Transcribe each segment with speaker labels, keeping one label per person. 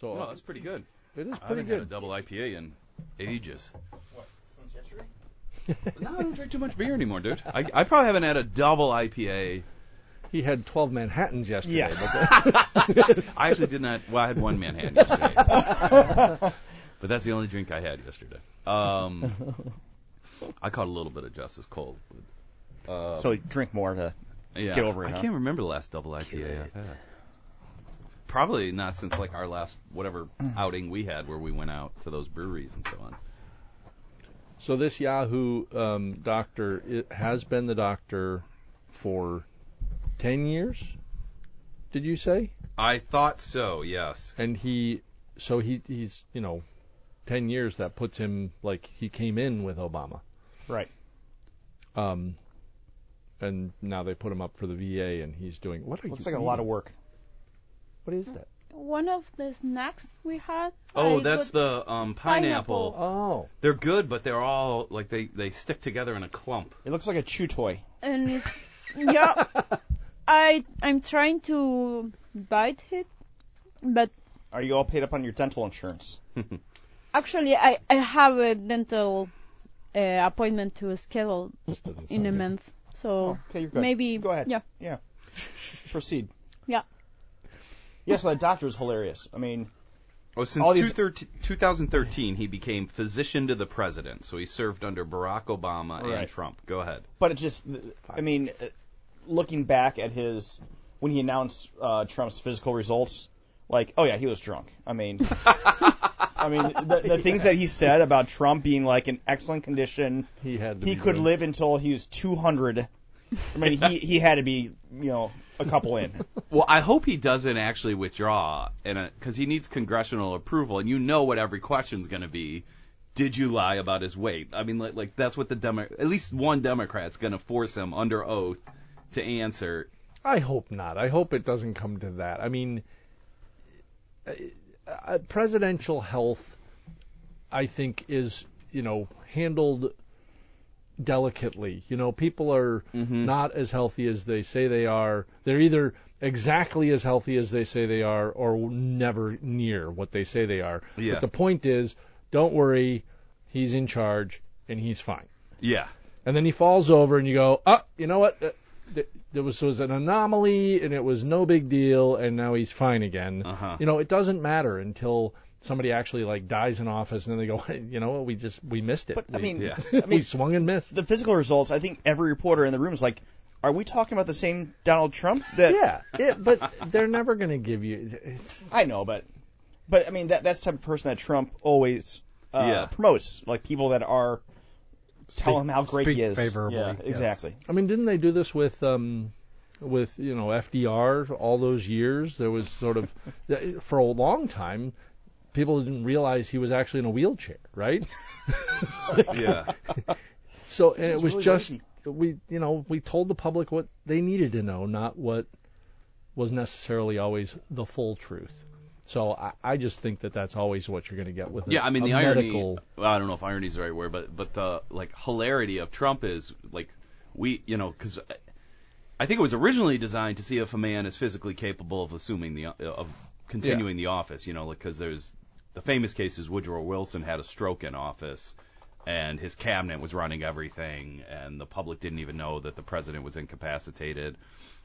Speaker 1: So
Speaker 2: No, that's pretty good.
Speaker 1: it is
Speaker 2: I haven't
Speaker 1: pretty
Speaker 2: had a
Speaker 1: good.
Speaker 2: double IPA in ages.
Speaker 3: What? Since yesterday?
Speaker 2: no, I don't drink too much beer anymore, dude. I, I probably haven't had a double IPA.
Speaker 1: He had 12 Manhattans yesterday.
Speaker 3: Yes.
Speaker 1: but-
Speaker 2: I actually did not. Well, I had one Manhattan yesterday, but that's the only drink I had yesterday. Um, I caught a little bit of Justice Cold. But, uh,
Speaker 3: so drink more to.
Speaker 2: yeah,
Speaker 3: get over it,
Speaker 2: I
Speaker 3: huh?
Speaker 2: can't remember the last double IPA I've had. Probably not since like our last whatever outing we had where we went out to those breweries and so on.
Speaker 1: So this Yahoo um, doctor it has been the doctor for 10 years. Did you say?
Speaker 2: I thought so. Yes.
Speaker 1: And he, so he he's you know, 10 years that puts him like he came in with Obama.
Speaker 3: Right.
Speaker 1: Um, and now they put him up for the VA, and he's doing what are
Speaker 3: Looks
Speaker 1: you
Speaker 3: like a lot of work.
Speaker 1: What is that?
Speaker 4: One of the snacks we had.
Speaker 2: Oh,
Speaker 4: I
Speaker 2: that's
Speaker 4: got-
Speaker 2: the um, pineapple.
Speaker 4: Pineapple.
Speaker 1: Oh,
Speaker 2: They're good, but they're all like they they stick together in a clump.
Speaker 3: It looks like a chew toy.
Speaker 4: and it's yeah. I I'm trying to bite it, but
Speaker 3: Are you all paid up on your dental insurance?
Speaker 4: actually I I have a dental uh, appointment to schedule
Speaker 1: this doesn't
Speaker 4: in
Speaker 1: sound
Speaker 4: a
Speaker 1: good.
Speaker 4: month. So
Speaker 3: Okay, you're good.
Speaker 4: maybe
Speaker 3: Go ahead.
Speaker 4: Yeah.
Speaker 3: Yeah. Proceed.
Speaker 4: Yeah.
Speaker 3: Yes, that doctor is hilarious. I mean,
Speaker 2: Oh, since
Speaker 3: All these-
Speaker 2: 213 2013, he became physician to the president, so he served under Barack Obama and
Speaker 3: Right.
Speaker 2: Trump. Go ahead.
Speaker 3: but it just, I mean, uh, looking back at his, when he announced uh, Trump's physical results, like, oh yeah, he was drunk. I mean, I mean, the, the things that he said about Trump being like in excellent condition,
Speaker 1: He had. To
Speaker 3: he
Speaker 1: be
Speaker 3: could
Speaker 1: doing-
Speaker 3: live until he was 200. I mean, he, he had to be, you know, a couple in.
Speaker 2: Well, I hope he doesn't actually withdraw, and because he needs congressional approval, and you know what every question's going to be. Did you lie about his weight? I mean, like, like that's what the Demo- at least one Democrat's going to force him under oath to answer.
Speaker 1: I hope not. I hope it doesn't come to that. I mean, uh, uh, presidential health, I think, is you know handled delicately. You know, people are not as healthy as they say they are. They're either exactly as healthy as they say they are, or never near what they say they are.
Speaker 2: Yeah.
Speaker 1: But the point is, don't worry, he's in charge and he's fine
Speaker 2: Yeah,
Speaker 1: and then he falls over, and you go, oh, you know what? Uh, th- There was was an anomaly, and it was no big deal, and now he's fine again.
Speaker 2: Uh-huh.
Speaker 1: You know, it doesn't matter until somebody actually like dies in office, and then they go, "Hey, you know what? We just we missed it.
Speaker 3: But I
Speaker 1: We-
Speaker 3: mean,
Speaker 2: yeah.
Speaker 3: I
Speaker 1: we
Speaker 3: mean,
Speaker 1: swung and missed.
Speaker 3: the physical results. I think every reporter in the room is like, "Are we talking about the same Donald Trump?" That
Speaker 1: yeah, yeah, but they're never going to give you. It's,
Speaker 3: I know, but but I mean that that's the type of person that Trump always uh,
Speaker 2: Yeah.
Speaker 3: promotes, like people that are tell him how great
Speaker 5: speak
Speaker 3: he is.
Speaker 5: favorably,
Speaker 3: yeah,
Speaker 5: yes.
Speaker 3: exactly.
Speaker 1: I mean, didn't they do this with um, with you know FDR all those years? There was sort of for a long time, people didn't realize he was actually in a wheelchair, right?
Speaker 2: yeah.
Speaker 1: So and
Speaker 3: is
Speaker 1: it was
Speaker 3: really
Speaker 1: just
Speaker 3: lazy.
Speaker 1: we you know we told the public what they needed to know, not what was necessarily always the full truth. So I, I just think that that's always what you're going to get with a-
Speaker 2: Yeah, I mean
Speaker 1: a
Speaker 2: the irony.
Speaker 1: medical-
Speaker 2: well, I don't know if irony is the right word, but but the like hilarity of Trump is like we, you know, because I think it was originally designed to see if a man is physically capable of assuming the of continuing the office. You know, because there's the famous case is Woodrow Wilson had a stroke in office. And his cabinet was running everything, and the public didn't even know that the president was incapacitated.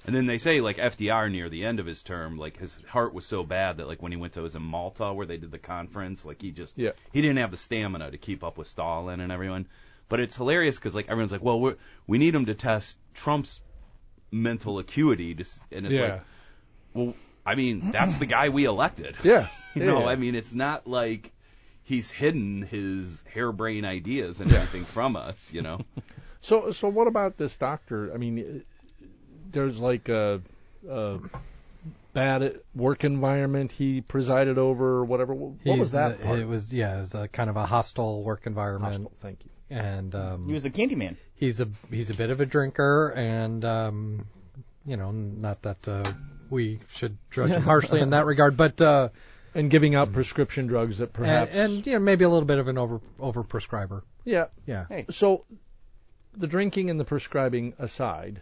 Speaker 2: And then they say like FDR near the end of his term, like his heart was so bad that like when he went to was in Malta where they did the conference, like he just
Speaker 1: Yeah.
Speaker 2: he didn't have the stamina to keep up with Stalin and everyone. But it's hilarious because like everyone's like, well, we we need him to test Trump's mental acuity, to, s- and it's
Speaker 1: yeah,
Speaker 2: like, well, I mean that's the guy we elected.
Speaker 1: yeah,
Speaker 2: you know,
Speaker 1: yeah.
Speaker 2: I mean it's not like he's hidden his harebrained ideas and everything from us, you know.
Speaker 1: So, so what about this doctor? I mean, uh, there's like a, a bad work environment he presided over, or whatever. Wh- What was
Speaker 5: He's,
Speaker 1: that
Speaker 5: uh,
Speaker 1: part?
Speaker 5: It was yeah, it was a kind of a hostile work environment,
Speaker 1: Hostile, thank you.
Speaker 5: and um,
Speaker 3: He was the candy man.
Speaker 5: he's a he's a bit of a drinker, and um, you know, not that uh, we should judge him harshly in that regard, but uh,
Speaker 1: And giving out prescription drugs that
Speaker 5: and,
Speaker 1: perhaps
Speaker 5: and you know, maybe a little bit of an over over prescriber.
Speaker 1: yeah.
Speaker 5: Yeah.
Speaker 3: Hey.
Speaker 1: So, the drinking and the prescribing aside,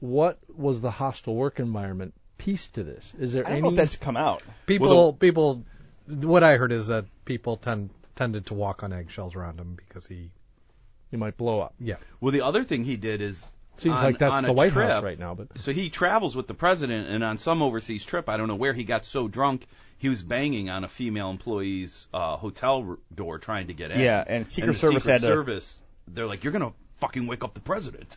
Speaker 1: what was the hostile work environment piece to this? Is there
Speaker 3: I
Speaker 1: any
Speaker 3: don't know if that's come out.
Speaker 5: People,
Speaker 2: Well,
Speaker 5: people. What I heard is that people tend tended to walk on eggshells around him because he.
Speaker 1: you might blow up?
Speaker 5: Yeah.
Speaker 2: Well, the other thing he did is
Speaker 1: Seems
Speaker 2: on-
Speaker 1: like that's
Speaker 2: on a
Speaker 1: the White
Speaker 2: trip,
Speaker 1: House right now, but
Speaker 2: So he travels with the president, and on some overseas trip, I don't know where, he got so drunk he was banging on a female employee's uh, hotel r- door trying to get in.
Speaker 3: Yeah, and Secret
Speaker 2: the
Speaker 3: Service
Speaker 2: Secret
Speaker 3: had to-
Speaker 2: Service, they're like, you're gonna fucking wake up the president.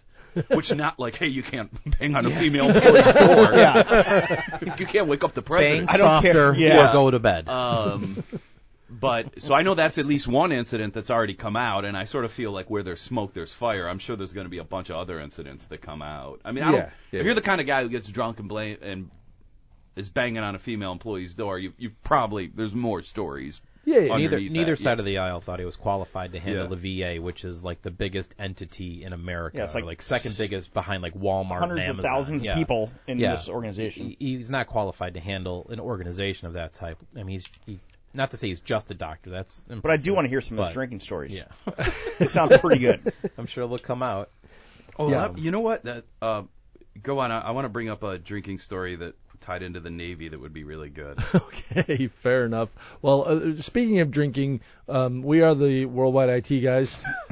Speaker 2: Which not like, hey, you can't bang on a female employee's door.
Speaker 3: Yeah,
Speaker 2: You can't wake up the
Speaker 6: Bang
Speaker 2: president.
Speaker 3: I don't care.
Speaker 6: softer
Speaker 3: Yeah.
Speaker 6: or go to bed.
Speaker 2: Um, but so I know that's at least one incident that's already come out, and I sort of feel like where there's smoke, there's fire. I'm sure there's going to be a bunch of other incidents that come out. I mean, I don't,
Speaker 1: Yeah, yeah.
Speaker 2: if you're the kind of guy who gets drunk and blame and is banging on a female employee's door, you you probably there's more stories.
Speaker 1: yeah, yeah.
Speaker 2: Under-
Speaker 6: neither
Speaker 2: underneath
Speaker 6: neither
Speaker 2: that,
Speaker 6: side
Speaker 2: yeah.
Speaker 6: of the aisle thought he was qualified to handle
Speaker 2: Yeah.
Speaker 6: the VA, which is like the biggest entity in America.
Speaker 3: Yeah, it's
Speaker 6: or,
Speaker 3: like
Speaker 6: second
Speaker 3: s-
Speaker 6: biggest behind like Walmart
Speaker 3: hundreds
Speaker 6: and
Speaker 3: of
Speaker 6: Amazon.
Speaker 3: thousands
Speaker 6: Yeah.
Speaker 3: of people in
Speaker 6: Yeah.
Speaker 3: this organization.
Speaker 6: He- he's not qualified to handle an organization of that type. I mean, he's he, not to say he's just a doctor. That's
Speaker 3: But I do want to hear some of his
Speaker 6: But-
Speaker 3: drinking stories.
Speaker 6: Yeah.
Speaker 3: they sound pretty good.
Speaker 6: I'm sure it'll come out.
Speaker 2: Oh,
Speaker 6: Yeah.
Speaker 2: let- you know what? That uh, go on. I, I want to bring up a drinking story that tied into the Navy that would be really good.
Speaker 1: Okay, fair enough. Well, uh, speaking of drinking, um, we are the worldwide IT guys.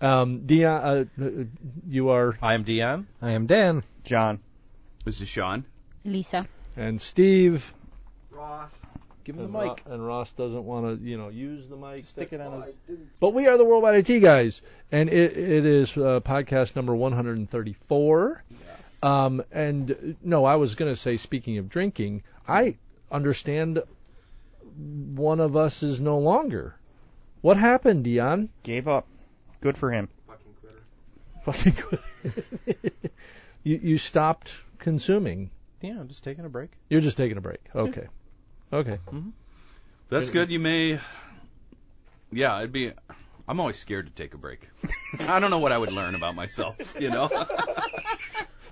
Speaker 1: um, Dion, uh, uh, you are,
Speaker 6: I'm Dion.
Speaker 5: I am Dan.
Speaker 3: John,
Speaker 2: this is Sean.
Speaker 4: Lisa.
Speaker 1: and Steve,
Speaker 6: Give him
Speaker 1: and
Speaker 6: the mic.
Speaker 1: Ro- and Ross doesn't want to, you know, use the mic.
Speaker 6: Stick it on his.
Speaker 1: But we are the worldwide IT guys, and it, it is uh, podcast number 134. Um, and uh, no, I was going to say, speaking of drinking, I understand one of us is no longer. What happened, Dion?
Speaker 3: gave up. Good for him.
Speaker 1: fucking good. you you stopped consuming.
Speaker 6: Yeah, I'm just taking a break.
Speaker 1: You're just taking a break. Okay. Okay.
Speaker 2: That's good. You may. Yeah, I'd be. I'm always scared to take a break. I don't know what I would learn about myself, you know.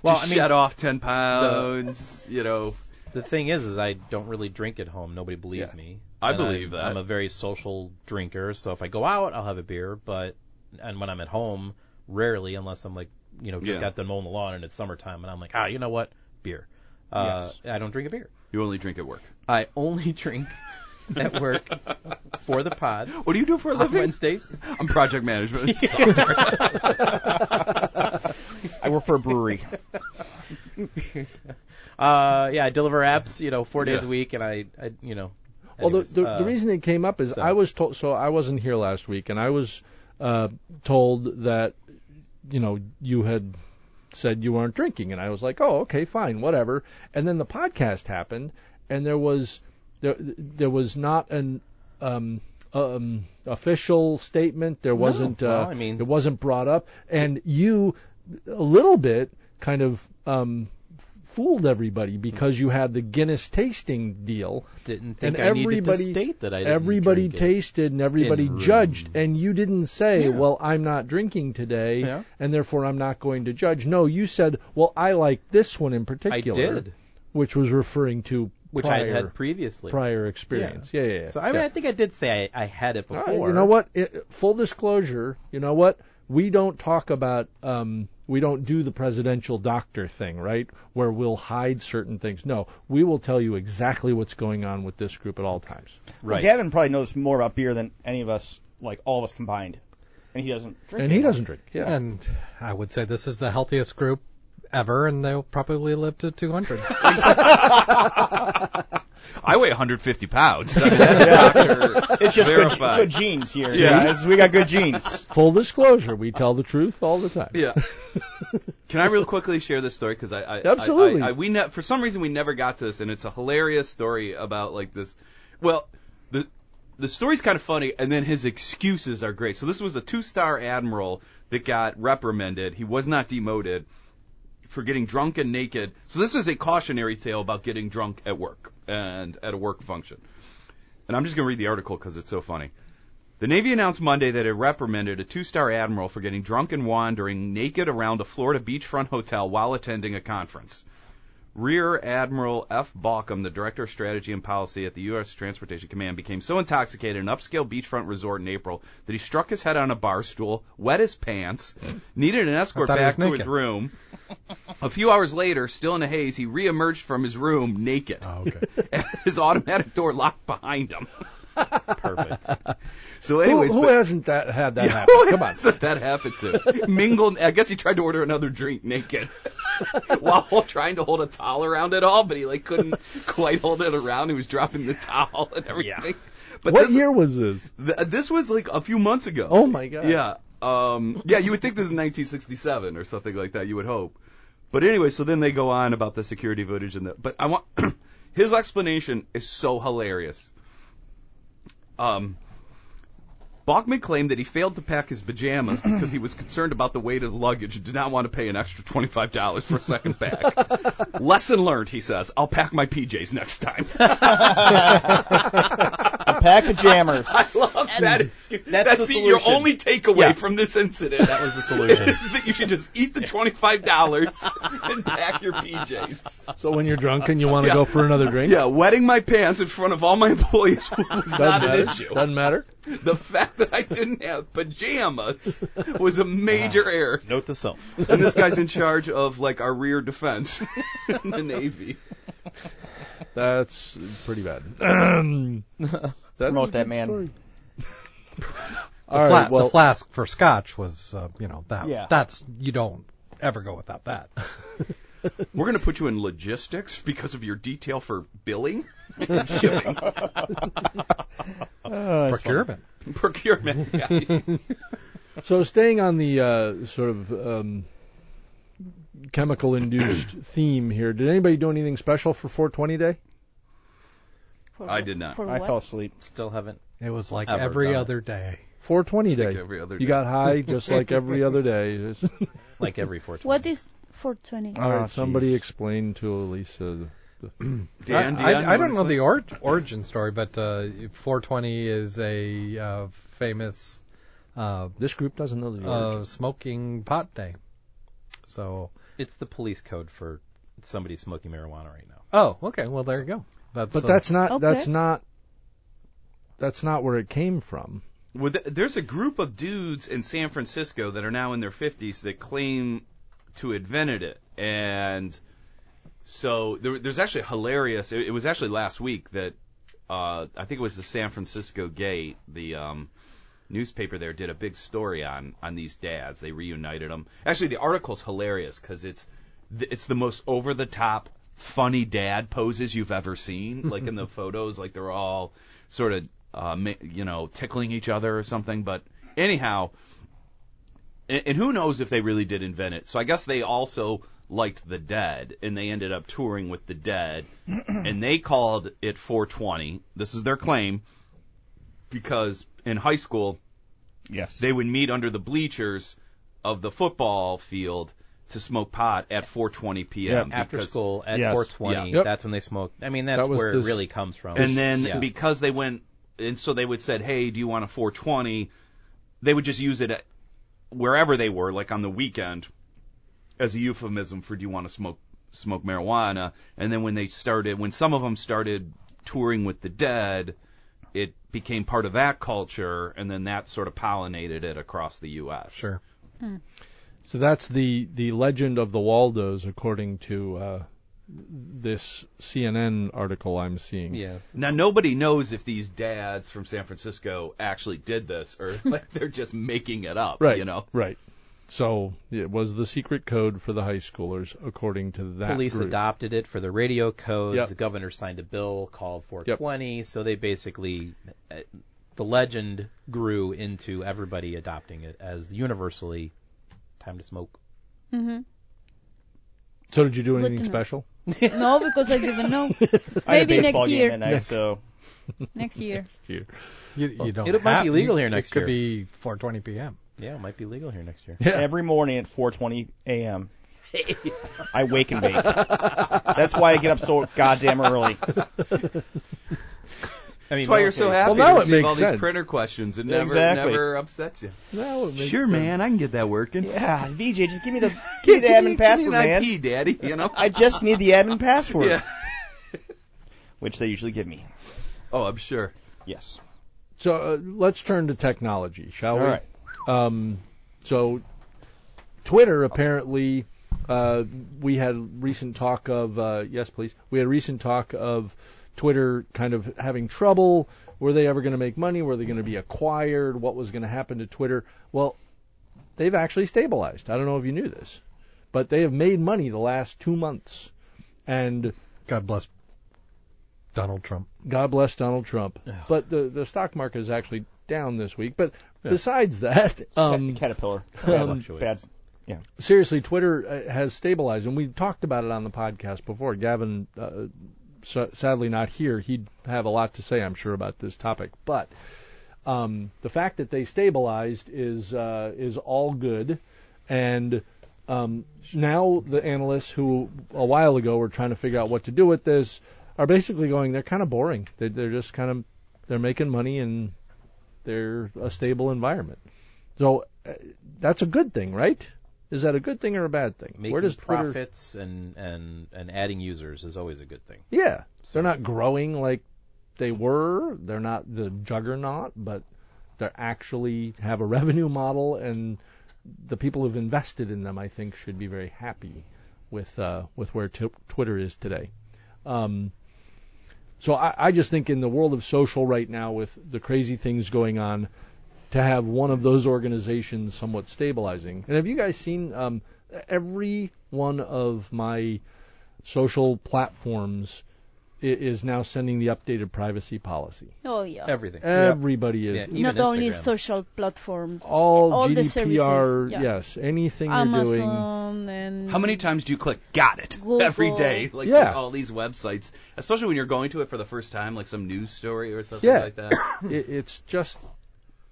Speaker 6: Well,
Speaker 2: Just
Speaker 6: I mean,
Speaker 2: shed off ten pounds, you know.
Speaker 6: the thing is, is I don't really drink at home. Nobody believes
Speaker 1: Yeah.
Speaker 6: me.
Speaker 2: I
Speaker 6: And
Speaker 2: believe
Speaker 6: I'm,
Speaker 2: that.
Speaker 6: I'm a very social drinker, so if I go out, I'll have a beer. But and when I'm at home, rarely, unless I'm like, you know, just
Speaker 2: Yeah.
Speaker 6: got done mowing the lawn and it's summertime, and I'm like, ah, you know what, beer. Uh, I don't drink a beer.
Speaker 2: You only drink at work.
Speaker 6: I only drink at work for the pod
Speaker 2: What do you do for a
Speaker 6: on
Speaker 2: living?
Speaker 6: Wednesdays.
Speaker 2: I'm project management.
Speaker 3: I work for a brewery.
Speaker 6: Uh, yeah, I deliver apps, you know, four days
Speaker 2: Yeah.
Speaker 6: a week, and I, I you know.
Speaker 1: Well, the,
Speaker 6: anyways,
Speaker 1: the,
Speaker 6: uh,
Speaker 1: the reason it came up is I was told. So I wasn't here last week, and I was uh, told that you know you had said you weren't drinking, and I was like, oh, okay, fine, whatever. And then the podcast happened, and there was there there was not an um, um, official statement. There wasn't.
Speaker 6: well,
Speaker 1: uh,
Speaker 6: I mean-
Speaker 1: it wasn't brought up, and you a little bit kind of. Um, fooled everybody because you had the Guinness tasting deal
Speaker 6: didn't
Speaker 1: and
Speaker 6: think I needed to
Speaker 1: everybody
Speaker 6: state that I didn't
Speaker 1: everybody
Speaker 6: drink it.
Speaker 1: tasted and everybody
Speaker 6: In room.
Speaker 1: judged and you didn't say
Speaker 6: Yeah.
Speaker 1: well I'm not drinking today
Speaker 6: Yeah.
Speaker 1: and therefore I'm not going to judge no you said well I like this one in
Speaker 6: I
Speaker 1: particular
Speaker 6: did,
Speaker 1: which was referring to
Speaker 6: which I
Speaker 1: prior,
Speaker 6: had had previously.
Speaker 1: prior experience yeah yeah, yeah.
Speaker 6: So I mean, I think I did say I, I had it
Speaker 1: Uh,
Speaker 6: before.
Speaker 1: you know what It- full disclosure you know what we don't talk about um we don't do the presidential doctor thing, right? Where we'll hide certain things. No, we will tell you exactly what's going on with this group at all times.
Speaker 6: Right.
Speaker 3: Gavin probably knows more about beer than any of us, like all of us combined. And he doesn't drink.
Speaker 1: And he doesn't drink. Yeah.
Speaker 5: And I would say this is the healthiest group ever, and they'll probably live to 200.
Speaker 2: I weigh 150 pounds. I mean, that's doctor
Speaker 3: It's just good,
Speaker 2: verified.
Speaker 3: good genes here.
Speaker 2: Yeah.
Speaker 3: guys. We got good genes.
Speaker 1: Full disclosure, we tell the truth all the time.
Speaker 2: Yeah. Can I real quickly share this story? Because I, I
Speaker 1: Absolutely.
Speaker 2: I, I, we ne- for some reason we never got to this, and it's a hilarious story about like this. Well, the the story's kind of funny, and then his excuses are great. So this was a two star admiral that got reprimanded. He was not demoted for getting drunk and naked. So this is a cautionary tale about getting drunk at work and at a work function. And I'm just going to read the article because it's so funny. The Navy announced Monday that it reprimanded a two star admiral for getting drunk and wandering naked around a Florida beachfront hotel while attending a conference. Rear Admiral F. Balkum, the Director of Strategy and Policy at the U.S. Transportation Command, became so intoxicated at an upscale beachfront resort in April that he struck his head on a bar stool, wet his pants, needed an escort
Speaker 5: thought he
Speaker 2: back
Speaker 5: was
Speaker 2: to his
Speaker 5: naked.
Speaker 2: room, A few hours later, still in a haze, he reemerged from his room naked.
Speaker 5: Oh, okay.
Speaker 2: His automatic door locked behind him.
Speaker 6: Perfect.
Speaker 2: So, anyways,
Speaker 1: who, who
Speaker 2: but-
Speaker 1: hasn't that had that
Speaker 2: Yeah,
Speaker 1: happen?
Speaker 2: who
Speaker 1: Come on.
Speaker 2: hasn't that happened to? Mingled. I guess he tried to order another drink naked, while trying to hold a towel around it all, but he like couldn't quite hold it around. He was dropping the towel and everything. But
Speaker 1: What
Speaker 2: this,
Speaker 1: year was this?
Speaker 2: th- this was like a few months ago.
Speaker 1: Oh my god.
Speaker 2: Yeah. Um, yeah, you would think this is 1967 or something like that. You would hope. But anyway, so then they go on about the security footage and the. But I want his explanation is so hilarious. Um, Bachman claimed that he failed to pack his pajamas because he was concerned about the weight of the luggage and did not want to pay an extra twenty-five dollars for a second bag. Lesson learned, he says. I'll pack my PJs next time.
Speaker 3: A pack of jammers.
Speaker 2: I love that. It's, that's
Speaker 6: the
Speaker 2: the- your
Speaker 6: solution.
Speaker 2: only takeaway
Speaker 6: Yeah.
Speaker 2: from this incident.
Speaker 6: That was the solution.
Speaker 2: is that you should just eat the twenty-five dollars and pack your PJs.
Speaker 1: So when you're drunk and you want to
Speaker 2: Yeah.
Speaker 1: go for another drink,
Speaker 2: Yeah, wetting my pants in front of all my employees was
Speaker 1: doesn't
Speaker 2: not
Speaker 1: matter.
Speaker 2: an issue.
Speaker 1: Doesn't matter.
Speaker 2: The fact that I didn't have pajamas was a major error.
Speaker 6: Note to self.
Speaker 2: And this guy's in charge of like our rear defense in the Navy.
Speaker 1: That's pretty bad. Um, that
Speaker 3: Promote
Speaker 1: was a
Speaker 3: that
Speaker 1: good
Speaker 3: man.
Speaker 1: story.
Speaker 5: The,
Speaker 1: All right,
Speaker 5: fla-
Speaker 1: well,
Speaker 5: the flask for scotch was, uh, you know, that
Speaker 3: Yeah.
Speaker 5: that's you don't ever go without that.
Speaker 2: We're gonna put you in logistics because of your detail for billing and shipping.
Speaker 5: Procurement.
Speaker 2: Procurement. Yeah.
Speaker 1: So staying on the uh, sort of um, chemical induced theme here, did anybody do anything special for 420 Day?
Speaker 4: For
Speaker 2: I
Speaker 4: what-
Speaker 2: did not.
Speaker 4: For
Speaker 3: I
Speaker 4: what?
Speaker 3: fell asleep.
Speaker 6: Still haven't.
Speaker 5: It was like
Speaker 6: Ever
Speaker 5: every
Speaker 6: done it.
Speaker 5: other day.
Speaker 1: 420
Speaker 2: Just
Speaker 1: Day.
Speaker 2: like every other
Speaker 1: You
Speaker 2: day.
Speaker 1: got high just like every other day. Just-
Speaker 6: Like every 420.
Speaker 4: What is 420?
Speaker 1: All right,
Speaker 3: Oh,
Speaker 1: somebody
Speaker 3: jeez.
Speaker 1: explain to Elisa.
Speaker 2: Dan,
Speaker 5: I, I-
Speaker 2: Dion,
Speaker 5: I
Speaker 2: you
Speaker 5: don't
Speaker 2: wanna
Speaker 5: know
Speaker 2: explain?
Speaker 5: the or- origin story, but uh, 420 is a uh, famous uh,
Speaker 1: This group doesn't know the origin.
Speaker 5: uh, smoking pot day. So,
Speaker 6: It's the police code for somebody smoking marijuana right now.
Speaker 5: oh, okay. Well, there you go. That's
Speaker 1: but
Speaker 5: uh,
Speaker 1: that's not
Speaker 4: Okay.
Speaker 1: that's not that's not where it came from.
Speaker 2: Well, th- there's a group of dudes in San Francisco that are now in their 50s that claim to have invented it, and so there, there's actually a hilarious. It, it was actually last week that uh, I think it was the San Francisco Gate, the um, newspaper there, did a big story on on these dads. They reunited them. Actually, the article's hilarious because it's th- it's the most over the top funny dad poses you've ever seen. Like in the photos, like they're all sort of uh, ma- you know tickling each other or something. But anyhow, and, and who knows if they really did invent it. So I guess they also liked the Dead, and they ended up touring with the Dead, and they called it 420. This is their claim because in high school
Speaker 3: Yes.
Speaker 2: they would meet under the bleachers of the football field to smoke pot at 4:20 p.m.
Speaker 3: Yeah,
Speaker 6: After
Speaker 2: because-
Speaker 6: school at
Speaker 3: Yes.
Speaker 6: 420,
Speaker 1: Yeah. Yep.
Speaker 6: that's when they smoke. I mean, that's
Speaker 1: That was
Speaker 6: where
Speaker 1: this-
Speaker 6: it really comes from.
Speaker 2: And then
Speaker 6: Yeah.
Speaker 2: because they went, and so they would said, "Hey, do you want a 420?" They would just use it at wherever they were, like on the weekend, as a euphemism for "Do you want to smoke smoke marijuana?" And then when they started, when some of them started touring with the Dead, it became part of that culture, and then that sort of pollinated it across the U.S.
Speaker 5: sure.
Speaker 1: So that's the the legend of the Waldos, according to uh, this CNN article I'm seeing.
Speaker 6: yeah.
Speaker 2: Now nobody knows if these dads from San Francisco actually did this or like they're just making it up,
Speaker 1: Right.
Speaker 2: you know.
Speaker 1: Right. So it was the secret code for the high schoolers, according to that
Speaker 6: Police
Speaker 1: group.
Speaker 6: adopted it for the radio codes.
Speaker 1: Ah, Yep.
Speaker 6: The governor signed a bill called 420, so they basically uh, the legend grew into everybody adopting it as universally time to smoke.
Speaker 1: So did you do
Speaker 4: Good
Speaker 1: anything
Speaker 4: to know.
Speaker 1: special?
Speaker 4: no, because I didn't know.
Speaker 3: I had a
Speaker 4: Maybe
Speaker 3: baseball
Speaker 4: next
Speaker 3: game
Speaker 4: year.
Speaker 3: that night, so
Speaker 4: Next year.
Speaker 5: You, you don't.
Speaker 6: it might
Speaker 5: have-
Speaker 6: be legal here
Speaker 5: it
Speaker 6: next
Speaker 5: Could
Speaker 6: year.
Speaker 5: be 4:20 p.m.
Speaker 6: Yeah, it might be legal here next year.
Speaker 1: Yeah.
Speaker 3: every morning at 4:20 a.m. I wake and bake. That's why I get up so goddamn early.
Speaker 6: I mean,
Speaker 2: That's why you're so happy
Speaker 1: Well, now it
Speaker 2: to receive
Speaker 1: makes
Speaker 2: all
Speaker 1: sense.
Speaker 2: these printer questions and
Speaker 3: Yeah,
Speaker 2: never
Speaker 3: exactly.
Speaker 2: never upsets you.
Speaker 1: No, it makes
Speaker 2: Sure,
Speaker 1: sense.
Speaker 2: man, I can get that working.
Speaker 3: Yeah, VJ, just give me the give me the admin
Speaker 2: Give
Speaker 3: password,
Speaker 2: me an
Speaker 3: man.
Speaker 2: IP, Daddy. You know.
Speaker 3: I just need the admin password,
Speaker 2: yeah.
Speaker 3: which they usually give me.
Speaker 2: Oh, I'm sure.
Speaker 3: Yes.
Speaker 1: So uh, let's turn to technology, shall we?
Speaker 3: All right.
Speaker 1: Um, so Twitter apparently uh, we had recent talk of uh, yes, please. We had recent talk of Twitter kind of having trouble. Were they ever going to make money? Were they going to be acquired? What was going to happen to Twitter? Well, they've actually stabilized. I don't know if you knew this, but they have made money the last two months, and
Speaker 5: God bless Donald Trump.
Speaker 1: God bless Donald Trump. But the the stock market is actually down this week. But besides that, um,
Speaker 3: Caterpillar.
Speaker 1: um,
Speaker 3: Bad- bad. Yeah.
Speaker 1: seriously, Twitter uh, has stabilized, and we talked about it on the podcast before. Gavin, uh, sa- sadly not here, he'd have a lot to say, I'm sure, about this topic. But um, the fact that they stabilized is uh, is all good, and um, now the analysts who a while ago were trying to figure out what to do with this are basically going, they're kind of boring. They, they're just kind of they're making money and they're a stable environment. So uh, that's a good thing, right? Is that a good thing or a bad thing?
Speaker 6: Making
Speaker 1: Where does Twitter-
Speaker 6: profits and, and, and adding users is always a good thing.
Speaker 1: Yeah, they're not growing like they were. They're not the juggernaut, but they actually have a revenue model, and the people who've invested in them, I think, should be very happy with uh, with where t- Twitter is today. Um, so I, I just think in the world of social right now, with the crazy things going on, to have one of those organizations somewhat stabilizing. And have you guys seen um, every one of my social platforms i- is now sending the updated privacy policy.
Speaker 4: Oh yeah.
Speaker 6: Everything.
Speaker 1: Eh, Everybody is.
Speaker 6: Yeah, even
Speaker 4: Not only
Speaker 6: Instagram.
Speaker 4: social platforms.
Speaker 1: All,
Speaker 4: e-, All the
Speaker 1: GDPR,
Speaker 4: services, yeah.
Speaker 1: yes, anything you're doing.
Speaker 4: Amazon and
Speaker 2: How many times do you click got it
Speaker 4: Google.
Speaker 2: every day? Like
Speaker 1: Yeah.
Speaker 2: all these websites, especially when you're going to it for the first time, like some news story or something
Speaker 1: Yeah.
Speaker 2: like that.
Speaker 1: it, it's just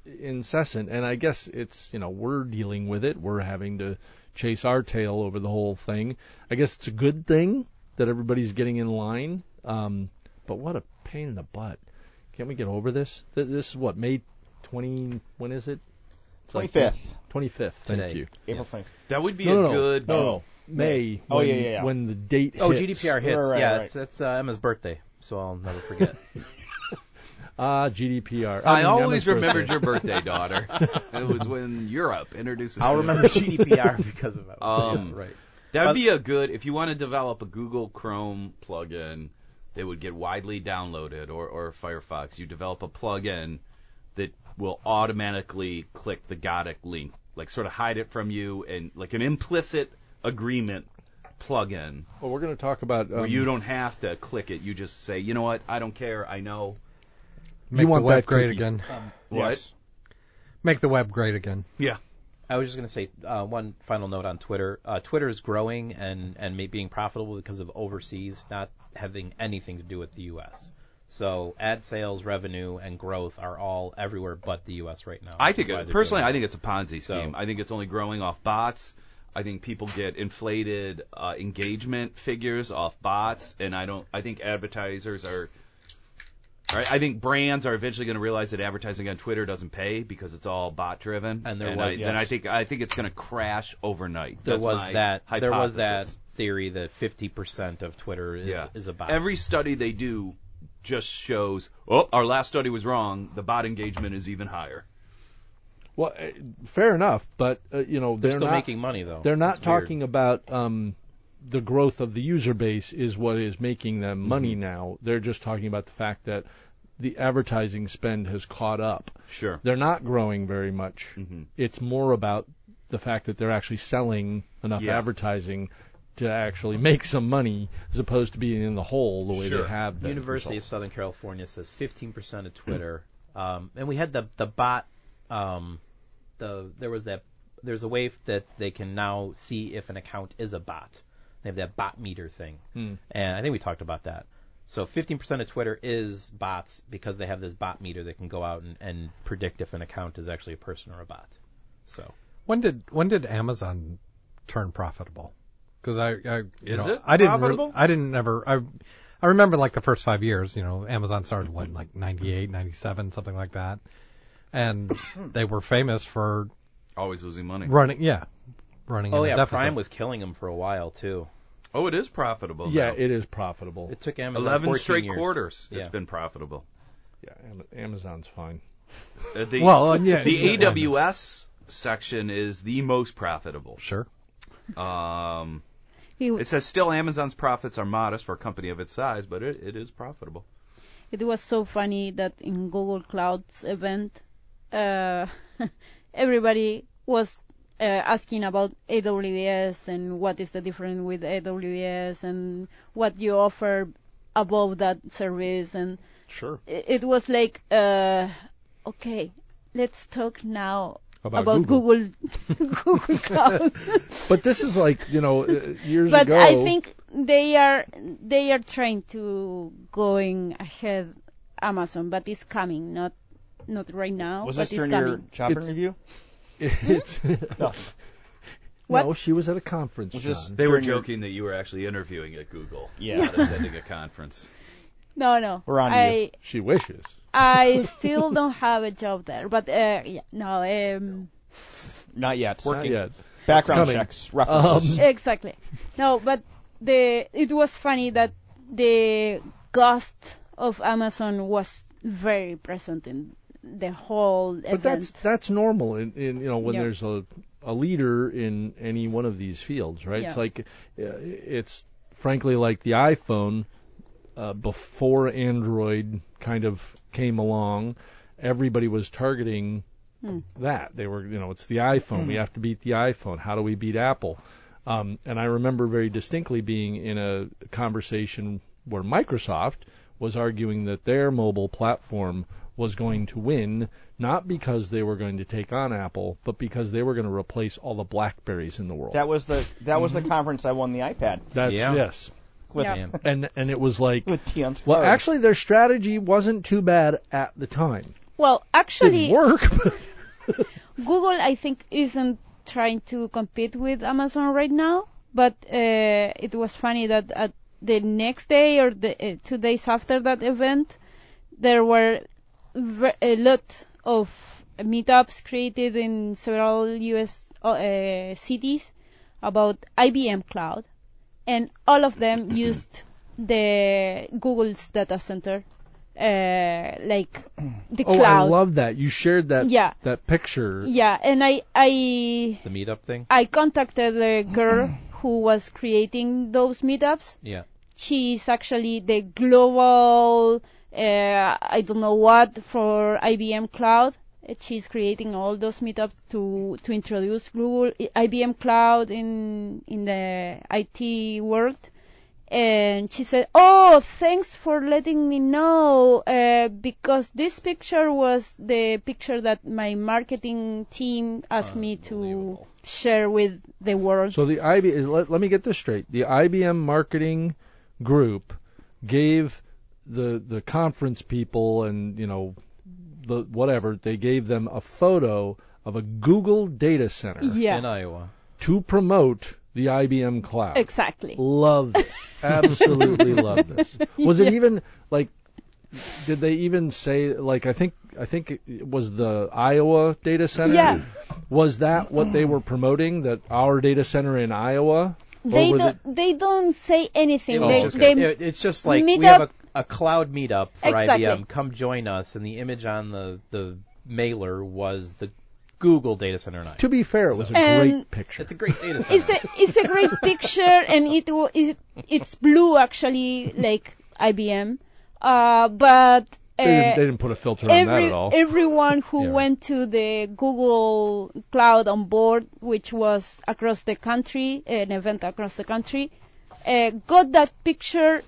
Speaker 1: incessant and i guess it's you know we're dealing with it we're having to chase our tail over the whole thing i guess it's a good thing that everybody's getting in line um but what a pain in the butt can't we get over this Th- this is what may 20 when is it It's
Speaker 3: Twenty
Speaker 1: like
Speaker 3: fifth.
Speaker 1: 25th thank
Speaker 6: Today.
Speaker 1: you
Speaker 3: April twenty.
Speaker 2: That would be
Speaker 1: no,
Speaker 2: a
Speaker 1: no, no,
Speaker 2: good.
Speaker 1: no, no. may
Speaker 3: Oh,
Speaker 1: when,
Speaker 3: yeah, yeah, yeah.
Speaker 1: when the date
Speaker 6: Oh,
Speaker 1: hits.
Speaker 6: GDPR hits.
Speaker 3: Right, right,
Speaker 6: yeah,
Speaker 3: right.
Speaker 6: it's that's uh, Emma's birthday, so I'll never forget.
Speaker 1: ah gdpr
Speaker 2: I
Speaker 1: mean,
Speaker 2: always
Speaker 1: Emma's birthday.
Speaker 2: remembered your birthday, daughter. it was when Europe introduced. us
Speaker 6: I'll
Speaker 2: to it.
Speaker 6: remember GDPR because of it.
Speaker 2: Um,
Speaker 6: Yeah, right.
Speaker 2: That
Speaker 6: Uh,
Speaker 2: would be a good if you want to develop a Google Chrome plugin that would get widely downloaded or, or Firefox. You develop a plugin that will automatically click the Gotic link, like sort of hide it from you, and like an implicit agreement plugin
Speaker 1: well we're going to talk about um,
Speaker 2: where you don't have to click it. You just say, you know what, I don't care. I know
Speaker 5: Make
Speaker 1: want
Speaker 5: the web
Speaker 1: that
Speaker 5: great
Speaker 1: cookie.
Speaker 5: again.
Speaker 2: what.
Speaker 3: Yes.
Speaker 5: Make the web great again.
Speaker 2: Yeah.
Speaker 6: I was just going to say uh, one final note on Twitter. Uh, Twitter is growing and and may, being profitable because of overseas not having anything to do with the U.S. So ad sales, revenue, and growth are all everywhere but the U.S. right now.
Speaker 2: I
Speaker 6: which is
Speaker 2: think
Speaker 6: why
Speaker 2: it,
Speaker 6: they're
Speaker 2: personally,
Speaker 6: doing
Speaker 2: I
Speaker 6: it.
Speaker 2: think it's a Ponzi
Speaker 6: So-
Speaker 2: scheme. I think it's only growing off bots. I think people get inflated uh, engagement figures off bots, and I don't. I think advertisers are. all right, I think brands are eventually going to realize that advertising on Twitter doesn't pay because it's all bot driven.
Speaker 6: And there
Speaker 2: I,
Speaker 6: was-
Speaker 2: then I
Speaker 3: yes.
Speaker 2: think I think it's going to crash overnight.
Speaker 6: there
Speaker 2: That's
Speaker 6: was
Speaker 2: my
Speaker 6: that there was that
Speaker 2: hypothesis.
Speaker 6: theory that 50% of Twitter is
Speaker 2: Yeah.
Speaker 6: is a bot.
Speaker 2: Every study they do just shows. Oh, our last study was wrong. The bot engagement is even higher.
Speaker 1: well eh, fair enough but uh, you know
Speaker 6: they're,
Speaker 1: they're,
Speaker 6: still
Speaker 1: not
Speaker 6: making money though.
Speaker 1: They're not
Speaker 6: It's weird.
Speaker 1: talking about um, the growth of the user base is what is making them
Speaker 2: Mm-hmm.
Speaker 1: money now. They're just talking about the fact that the advertising spend has caught up.
Speaker 2: Sure. Mm-hmm.
Speaker 1: They're not growing very much. It's more about the fact that they're actually selling enough
Speaker 2: Yeah.
Speaker 1: advertising to actually make some money as opposed to being in the hole the way
Speaker 2: Sure.
Speaker 1: they have been. for
Speaker 6: University of
Speaker 1: so-
Speaker 6: Southern California says 15% of Twitter, um, and we had the the bot. Um, the there was that there's a way that they can now see if an account is a bot. They have that bot meter thing,
Speaker 2: Hmm.
Speaker 6: and I think we talked about that. So 15% of Twitter is bots because they have this bot meter that can go out and, and predict if an account is actually a person or a bot. So
Speaker 5: When did when did Amazon turn profitable? Because I, I you
Speaker 2: Is
Speaker 5: know,
Speaker 2: it
Speaker 5: I didn't re-
Speaker 2: profitable?
Speaker 5: I didn't ever I I remember like the first five years. You know, Amazon started what in, like 98, 97, something like that, and
Speaker 6: Hmm.
Speaker 5: they were famous for
Speaker 2: Always losing money.
Speaker 5: running. Yeah, running.
Speaker 6: oh
Speaker 5: in a
Speaker 6: yeah,
Speaker 5: deficit.
Speaker 6: Prime was killing them for a while too.
Speaker 2: Oh, it is profitable.
Speaker 1: Yeah,
Speaker 2: now.
Speaker 1: it is profitable.
Speaker 6: It took Amazon
Speaker 2: 11
Speaker 6: 14
Speaker 2: straight
Speaker 6: years.
Speaker 2: quarters
Speaker 6: Yeah.
Speaker 2: it's been profitable.
Speaker 1: yeah, Am- Amazon's fine.
Speaker 2: Uh, the
Speaker 5: well, uh, yeah,
Speaker 2: the
Speaker 5: yeah,
Speaker 2: AWS section is the most profitable.
Speaker 5: Sure.
Speaker 2: Um,
Speaker 4: He,
Speaker 2: it says still Amazon's profits are modest for a company of its size, but it, it is profitable.
Speaker 4: it was so funny that in Google Cloud's event, uh, everybody was uh, asking about AWS and what is the difference with AWS and what you offer above that service. And
Speaker 1: Sure.
Speaker 4: i- it was like, uh, okay, let's talk now about, Google Google, Cloud.
Speaker 1: But this is like you know uh, years
Speaker 4: but
Speaker 1: ago.
Speaker 4: I think they are they are trying to going ahead Amazon, but it's coming, not not right now.
Speaker 3: Was
Speaker 4: but
Speaker 3: this
Speaker 4: it's
Speaker 3: during
Speaker 4: coming.
Speaker 3: your job
Speaker 1: It's-
Speaker 3: interview?
Speaker 1: it's
Speaker 4: Hmm?
Speaker 1: no.
Speaker 4: What?
Speaker 1: She was at a conference.
Speaker 3: Which is-
Speaker 1: John.
Speaker 2: They were
Speaker 3: During your-
Speaker 2: joking that you were actually interviewing at Google,
Speaker 3: Yeah.
Speaker 2: not attending a conference.
Speaker 4: No, no.
Speaker 3: We're on to
Speaker 4: I
Speaker 3: you.
Speaker 1: She wishes.
Speaker 4: I still don't have a job there, but uh, yeah, no, um,
Speaker 3: Not yet.
Speaker 1: Not yet.
Speaker 3: Background
Speaker 1: coming.
Speaker 3: checks, references.
Speaker 1: Um,
Speaker 4: exactly. No, but the it was funny that the ghost of Amazon was very present in the whole
Speaker 1: But
Speaker 4: event.
Speaker 1: that's that's normal in, in you know when
Speaker 4: Yeah.
Speaker 1: there's a a leader in any one of these fields, right? It's
Speaker 4: Yeah.
Speaker 1: like uh, it's frankly like the iPhone uh, before Android kind of came along. Everybody was targeting that. They were you know it's the iPhone. We have to beat the iPhone. How do we beat Apple? Um, and I remember very distinctly being in a conversation where Microsoft was arguing that their mobile platform was going to win, not because they were going to take on Apple, but because they were going to replace all the Blackberries in the world.
Speaker 3: That was the that was the conference I won the iPad
Speaker 1: That's
Speaker 6: Yeah.
Speaker 1: yes,
Speaker 3: with.
Speaker 4: Yeah.
Speaker 6: Man.
Speaker 1: and and it was like,
Speaker 3: With Tion Sparrow.
Speaker 4: Oh.
Speaker 1: well, actually, their strategy wasn't too bad at the time.
Speaker 4: well, actually,
Speaker 1: Didn't work, but
Speaker 4: Google, I think, isn't trying to compete with Amazon right now. But uh, it was funny that at the next day or the uh, two days after that event, there were ve- a lot of meetups created in several U.S. o- Uh, cities about IBM Cloud, and all of them used the Google's data center, uh, like the
Speaker 1: oh, I
Speaker 4: cloud.
Speaker 1: love that you shared that
Speaker 4: Yeah.
Speaker 1: that picture.
Speaker 4: yeah, and I I
Speaker 6: The meetup thing.
Speaker 4: I contacted the girl who was creating those meetups.
Speaker 6: Yeah.
Speaker 4: She is actually the global, uh, I don't know what for IBM Cloud. Uh, She's creating all those meetups to to introduce Google uh, IBM Cloud in in the IT world. And she said, "Oh, thanks for letting me know, uh, because this picture was the picture that my marketing team asked me to
Speaker 6: Unbelievable.
Speaker 4: share with the world."
Speaker 1: So the IB let, let me get this straight. The IBM marketing group gave the the conference people and you know the whatever they gave them a photo of a Google data center
Speaker 4: yeah,
Speaker 6: In Iowa.
Speaker 1: to promote the IBM cloud.
Speaker 4: exactly.
Speaker 1: Love this. Absolutely love this. Was it even like did they even say like I think I think it was the Iowa data center?
Speaker 4: Yeah.
Speaker 1: Was that what they were promoting that our data center in Iowa? Or
Speaker 4: they
Speaker 1: were
Speaker 4: don't they don't say anything.
Speaker 6: It was
Speaker 4: They,
Speaker 6: just-
Speaker 4: they
Speaker 6: it- Oh, it's just like
Speaker 4: meet
Speaker 6: we have
Speaker 4: up-
Speaker 6: a, a cloud meetup for
Speaker 4: Exactly.
Speaker 6: IBM. Come join us. And the image on the, the mailer was the Google data center night.
Speaker 1: To be fair, it was a
Speaker 4: And-
Speaker 1: great picture.
Speaker 6: It's a great data center.
Speaker 4: it's a it's a great picture and it, wa- it it's blue actually like IBM. Uh, but uh,
Speaker 1: they, didn't, they didn't put a filter on that
Speaker 4: every,
Speaker 1: at all.
Speaker 4: everyone who
Speaker 1: Yeah.
Speaker 4: went to the Google Cloud on board, which was across the country, an event across the country, uh, got that picture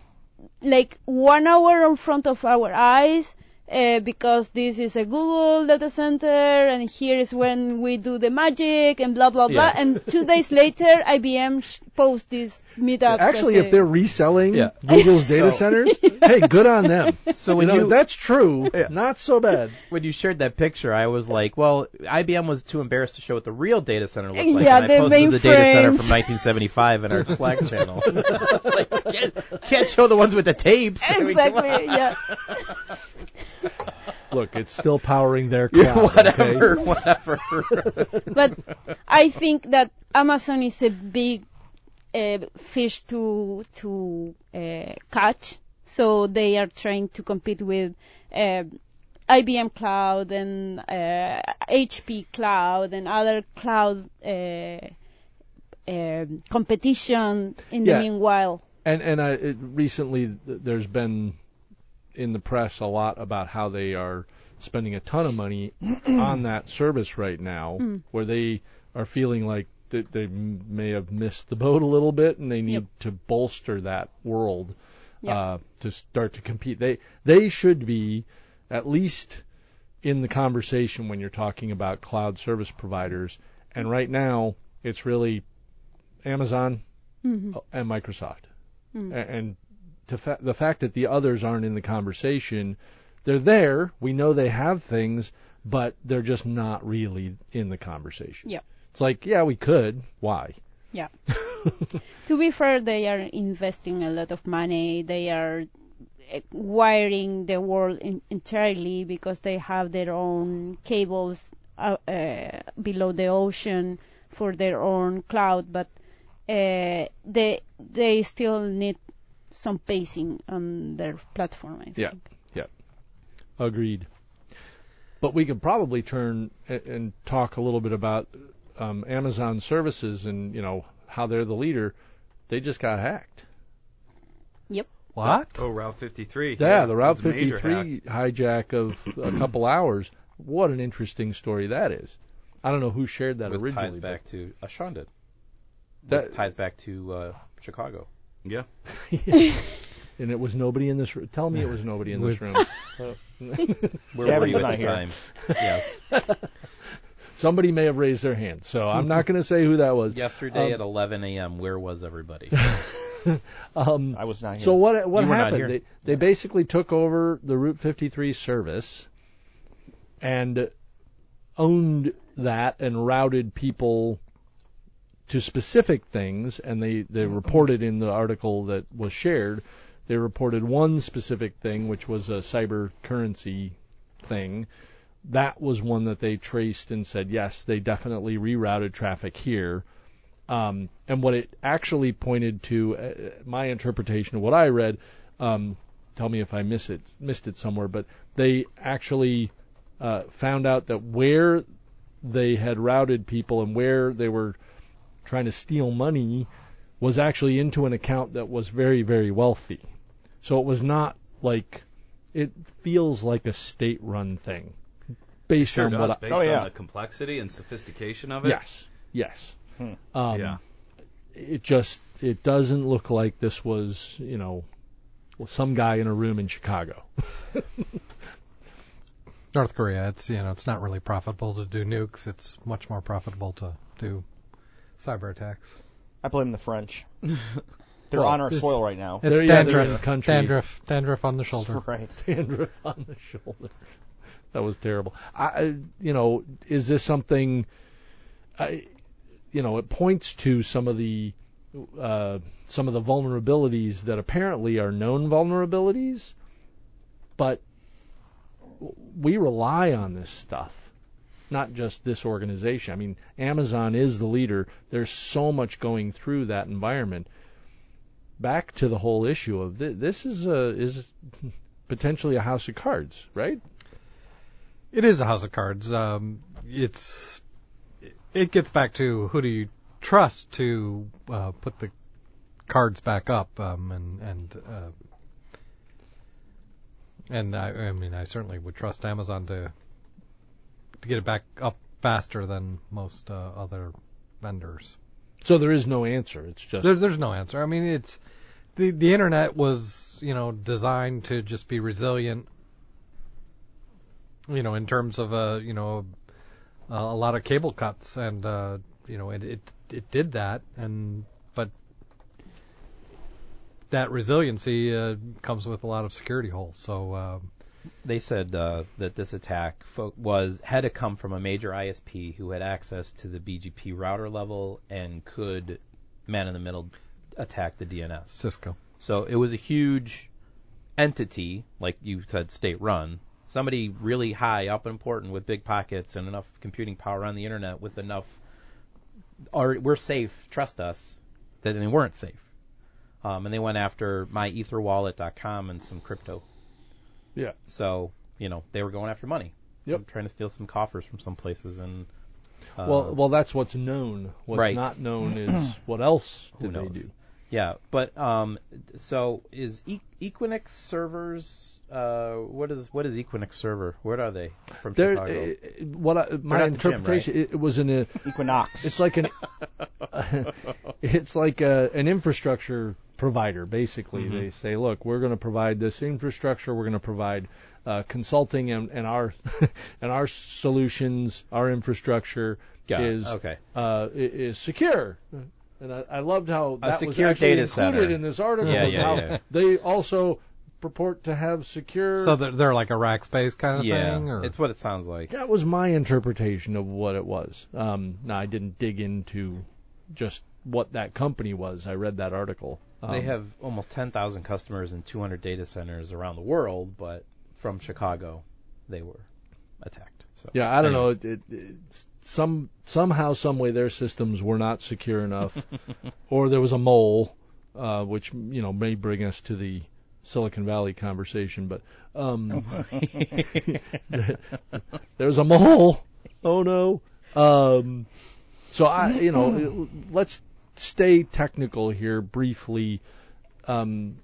Speaker 4: like one hour in front of our eyes. Uh, because this is a Google data center, and here is when we do the magic, and blah blah blah.
Speaker 1: Yeah.
Speaker 4: And two days later, IBM sh- posts this meetup.
Speaker 1: Actually, if they're reselling
Speaker 6: Yeah.
Speaker 1: Google's data
Speaker 6: So-
Speaker 1: centers, hey, good on them.
Speaker 6: so
Speaker 1: You
Speaker 6: when
Speaker 1: know,
Speaker 6: you,
Speaker 1: if that's true, not so bad.
Speaker 6: when you shared that picture, I was like, well, IBM was too embarrassed to show what the real data center looked like.
Speaker 4: Yeah,
Speaker 6: and
Speaker 4: the
Speaker 6: I posted the data center
Speaker 4: mainframes.
Speaker 6: from 1975 in our Slack channel. like, you can't, can't show the ones with the tapes. I mean, come on.
Speaker 4: exactly, yeah.
Speaker 1: Look, it's still powering their cloud.
Speaker 6: whatever,
Speaker 1: okay?
Speaker 6: whatever.
Speaker 4: but I think that Amazon is a big uh, fish to to uh, catch, so they are trying to compete with uh, IBM Cloud and uh, HP Cloud and other cloud uh, um, competition in
Speaker 1: Yeah.
Speaker 4: the meanwhile.
Speaker 1: And and I it, recently th- there's been in the press a lot about how they are spending a ton of money on that service right now, where they are feeling like they, they m- may have missed the boat a little bit, and they need
Speaker 4: Yep.
Speaker 1: to bolster that world
Speaker 4: Yeah.
Speaker 1: uh, to start to compete. They they should be at least in the conversation when you're talking about cloud service providers. And right now, it's really Amazon and Microsoft. A- And to fa- the fact that the others aren't in the conversation, they're there. We know they have things, but they're just not really in the conversation.
Speaker 4: Yep.
Speaker 1: It's like, yeah, we could. Why?
Speaker 4: Yeah. to be fair, they are investing a lot of money. They are eh, wiring the world in, entirely because they have their own cables uh, uh, below the ocean for their own cloud, but uh, they they still need some pacing on their platform. I think.
Speaker 1: Yeah. Agreed. But we could probably turn a- and talk a little bit about um, Amazon services and you know how they're the leader. They just got hacked.
Speaker 5: What?
Speaker 2: Oh, Route 53.
Speaker 1: Yeah, the Route
Speaker 2: It was a major hack.
Speaker 1: 53 hijack of a couple hours. What an interesting story that is. I don't know who shared that
Speaker 6: With
Speaker 1: originally.
Speaker 6: ties
Speaker 1: but
Speaker 6: back to uh, Sean did.
Speaker 1: That-
Speaker 6: With ties back to uh, Chicago.
Speaker 2: Yeah.
Speaker 1: and it was nobody in this room. Tell me it was nobody in this room.
Speaker 6: Where were
Speaker 3: Gavin's
Speaker 6: you at
Speaker 3: not
Speaker 6: the
Speaker 3: here.
Speaker 6: time? yes.
Speaker 1: Somebody may have raised their hand, so I'm not going to say who that was.
Speaker 6: Yesterday
Speaker 1: Um,
Speaker 6: at 11 a.m. Where was everybody?
Speaker 3: I was not here.
Speaker 1: So what what
Speaker 6: You were not
Speaker 1: happened?
Speaker 6: here.
Speaker 1: They they basically took over the Route 53 service and owned that and routed people to specific things and they they reported in the article that was shared they reported one specific thing which was a cyber currency thing that was one that they traced and said yes they definitely rerouted traffic here um, and what it actually pointed to, uh, my interpretation of what I read, um, tell me if I miss it, missed it somewhere, but they actually uh, found out that where they had routed people and where they were trying to steal money was actually into an account that was very, very wealthy. So it was not like it feels like a state-run thing, based
Speaker 2: Sure
Speaker 1: on
Speaker 2: does,
Speaker 1: what I,
Speaker 2: based
Speaker 3: Oh, yeah.
Speaker 2: on the complexity and sophistication of it.
Speaker 1: yes, yes. Um,
Speaker 2: Yeah.
Speaker 1: it just it doesn't look like this was you know some guy in a room in Chicago.
Speaker 5: North Korea. It's you know it's not really profitable to do nukes. It's much more profitable to do cyber attacks.
Speaker 3: I blame the French. They're
Speaker 1: Well,
Speaker 3: on our
Speaker 5: it's-
Speaker 3: soil right now.
Speaker 5: It's
Speaker 1: They're- yeah, they're in
Speaker 5: dandruff,
Speaker 1: the country.
Speaker 5: dandruff, dandruff on the shoulder.
Speaker 3: Right.
Speaker 1: Dandruff on the shoulder. That was terrible. I I- you know is this something? I you know it points to some of the uh, some of the vulnerabilities that apparently are known vulnerabilities, but we rely on this stuff. Not just this organization. I mean, Amazon is the leader. There's so much going through that environment. Back to the whole issue of th- this is a is potentially a house of cards, right?
Speaker 5: It is a house of cards. Um, it's it gets back to who do you trust to uh, put the cards back up, um, and and uh, and I, I mean I certainly would trust Amazon to to get it back up faster than most uh, other vendors.
Speaker 1: So there is no answer. It's just
Speaker 5: There, there's no answer. I mean, it's the the internet was you know designed to just be resilient. You know, in terms of uh, you know a, a lot of cable cuts, and uh, you know it, it it did that, and but that resiliency uh, comes with a lot of security holes. So uh,
Speaker 6: they said uh, that this attack fo- was had to come from a major ISP who had access to the BGP router level and could man in the middle attack the DNS.
Speaker 5: Cisco,
Speaker 6: So it was a huge entity, like you said, state run. Somebody really high up and important with big pockets and enough computing power on the internet with enough, or we're safe, trust us, that they weren't safe. Um, and they went after myetherwallet.com and some crypto.
Speaker 1: Yeah.
Speaker 6: So, you know, they were going after money.
Speaker 1: Yep.
Speaker 6: Trying to steal some coffers from some places and uh,
Speaker 1: well, well, that's what's known. What's
Speaker 6: right.
Speaker 1: not known is what else
Speaker 6: Who
Speaker 1: did they
Speaker 6: knows?
Speaker 1: do?
Speaker 6: Yeah, but um, so is e- Equinix servers? Uh, what is what is Equinix server? What are they from
Speaker 1: There,
Speaker 6: Chicago?
Speaker 1: uh, what I, my
Speaker 6: not the gym, right?
Speaker 1: interpretation it, it was in a
Speaker 3: Equinox.
Speaker 1: It's like an it's like a, an infrastructure provider. Basically,
Speaker 6: Mm-hmm.
Speaker 1: they say, look, we're going to provide this infrastructure. We're going to provide uh, consulting and, and our and our solutions, our infrastructure
Speaker 6: Got it.
Speaker 1: is
Speaker 6: Okay.
Speaker 1: uh, i- is secure. And I, I loved how that was
Speaker 6: secure
Speaker 1: actually
Speaker 6: data
Speaker 1: included
Speaker 6: center.
Speaker 1: in this article.
Speaker 6: Yeah,
Speaker 1: was
Speaker 6: yeah,
Speaker 1: how
Speaker 6: yeah.
Speaker 1: They also purport to have secure.
Speaker 5: So they're, they're like a rack space kind of
Speaker 6: yeah,
Speaker 5: thing, or
Speaker 6: it's what it sounds like.
Speaker 1: that was my interpretation of what it was. Um, now I didn't dig into just what that company was. I read that article. Um,
Speaker 6: they have almost 10,000 customers and 200 data centers around the world, but from Chicago, they were attacked. So
Speaker 1: Yeah, I don't
Speaker 6: anyways.
Speaker 1: know. It, it, it, some somehow, some way, their systems were not secure enough, or there was a mole, uh, which you know may bring us to the Silicon Valley conversation. But um, there was a mole. Oh no. Um, so I, you know, let's stay technical here briefly. Um,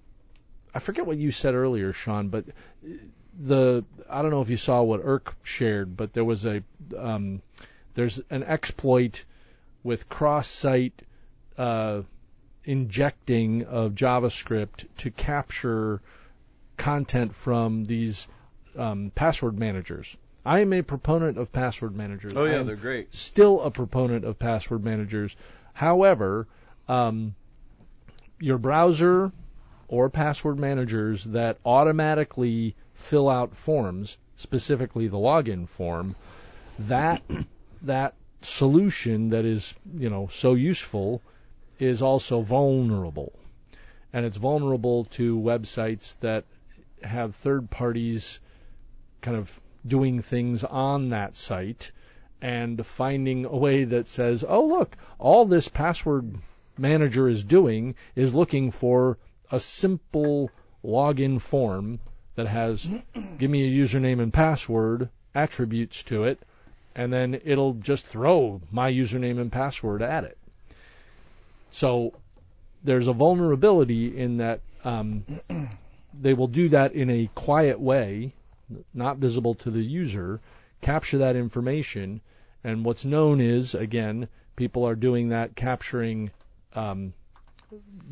Speaker 1: I forget what you said earlier, Sean, but the I don't know if you saw what Irk shared, but there was a um, there's an exploit with cross-site uh, injecting of JavaScript to capture content from these um, password managers. I am a proponent of password managers.
Speaker 2: Oh, yeah,
Speaker 1: I am
Speaker 2: they're great.
Speaker 1: Still a proponent of password managers. However, um, your browser or password managers that automatically fill out forms, specifically the login form, that that solution that is, you know, so useful is also vulnerable. And it's vulnerable to websites that have third parties kind of doing things on that site and finding a way that says, "Oh, look, all this password manager is doing is looking for a simple login form that has give me a username and password attributes to it and then it'll just throw my username and password at it so there's a vulnerability in that um, they will do that in a quiet way not visible to the user capture that information and what's known is again people are doing that capturing um,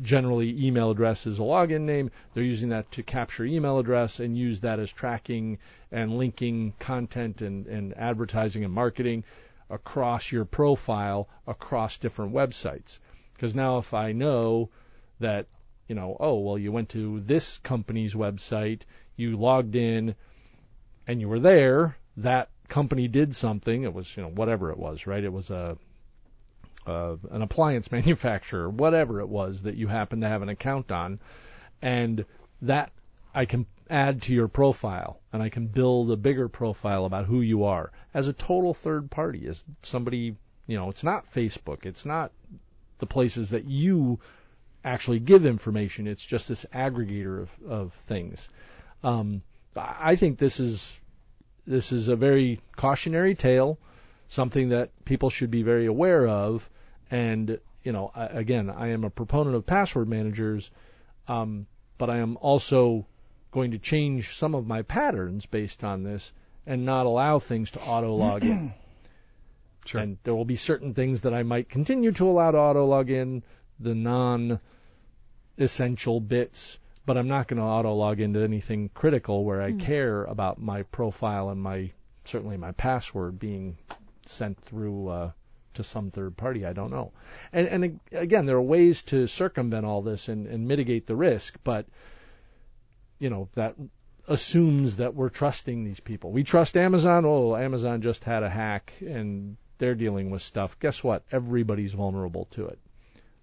Speaker 1: generally email address is a login name. They're using that to capture email address and use that as tracking and linking content and, and advertising and marketing across your profile across different websites. Because now if I know that, you know, oh, well, you went to this company's website, you logged in and you were there, that company did something. It was, you know, whatever it was, right? It was a uh, an appliance manufacturer, whatever it was that you happen to have an account on, and that I can add to your profile, and I can build a bigger profile about who you are as a total third party, as somebody you know. It's not Facebook, it's not the places that you actually give information. It's just this aggregator of of things. Um, I I think this is this is a very cautionary tale something that people should be very aware of. And you know, I, again, I am a proponent of password managers, um, but I am also going to change some of my patterns based on this and not allow things to auto log in.
Speaker 5: Sure.
Speaker 1: And there will be certain things that I might continue to allow to auto log in, the non essential bits, but I'm not going to auto log into anything critical where I care about my profile and my certainly my password being sent through uh, to some third party. I don't know. And, and ag- again, there are ways to circumvent all this and, and mitigate the risk, but you know that assumes that we're trusting these people. We trust Amazon. Oh, Amazon just had a hack and they're dealing with stuff. Guess what? Everybody's vulnerable to it.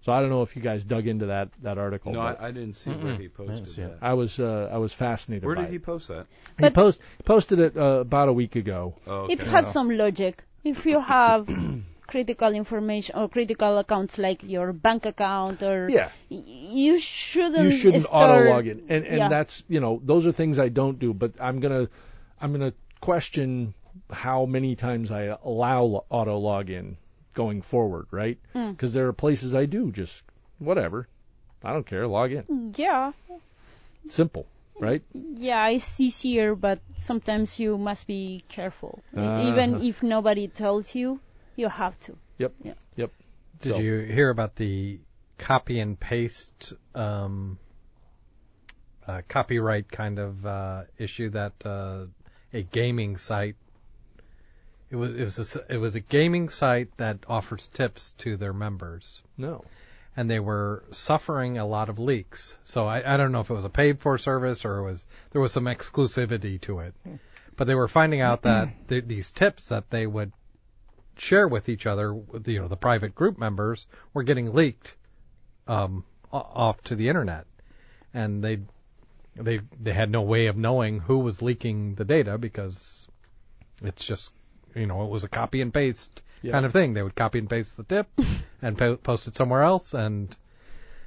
Speaker 1: So I don't know if you guys dug into that that article.
Speaker 2: No,
Speaker 1: Um, but
Speaker 2: I, I didn't see where he posted
Speaker 6: see it.
Speaker 2: that.
Speaker 1: I was uh, I was fascinated.
Speaker 2: Where
Speaker 1: by
Speaker 2: did he
Speaker 1: it.
Speaker 2: post that?
Speaker 1: He
Speaker 4: But-
Speaker 1: post, posted it uh, about a week ago.
Speaker 2: Oh,
Speaker 4: It
Speaker 2: okay.
Speaker 4: has some logic. If you have critical information or critical accounts like your bank account or
Speaker 1: Yeah.
Speaker 4: y- you shouldn't
Speaker 1: you shouldn't
Speaker 4: start,
Speaker 1: auto log in and and
Speaker 4: yeah.
Speaker 1: that's you know those are things i don't do but i'm gonna i'm gonna question how many times I allow lo- auto login going forward, right? Because there are places I do just whatever. I don't care. Log in.
Speaker 4: Hmm. Yeah.
Speaker 1: Simple, right?
Speaker 4: Yeah, it's easier, but sometimes you must be careful. E-
Speaker 1: Uh-huh.
Speaker 4: Even if nobody tells you, you have to.
Speaker 1: Yep.
Speaker 4: Yeah.
Speaker 1: Yep.
Speaker 5: Did
Speaker 1: So-
Speaker 5: you hear about the copy and paste um, uh, copyright kind of uh, issue that uh, a gaming site? It was it was a, s- it was a gaming site that offers tips to their members,
Speaker 1: No.
Speaker 5: and they were suffering a lot of leaks. So I, I don't know if it was a paid for service or it was there was some exclusivity to it, but they were finding out that th- these tips that they would share with each other, with, you know, the private group members were getting leaked um, o- off to the internet, and they they they had no way of knowing who was leaking the data because it's just you know it was a copy and paste
Speaker 1: Yeah.
Speaker 5: kind of thing. They would copy and paste the tip and po- post it somewhere else, and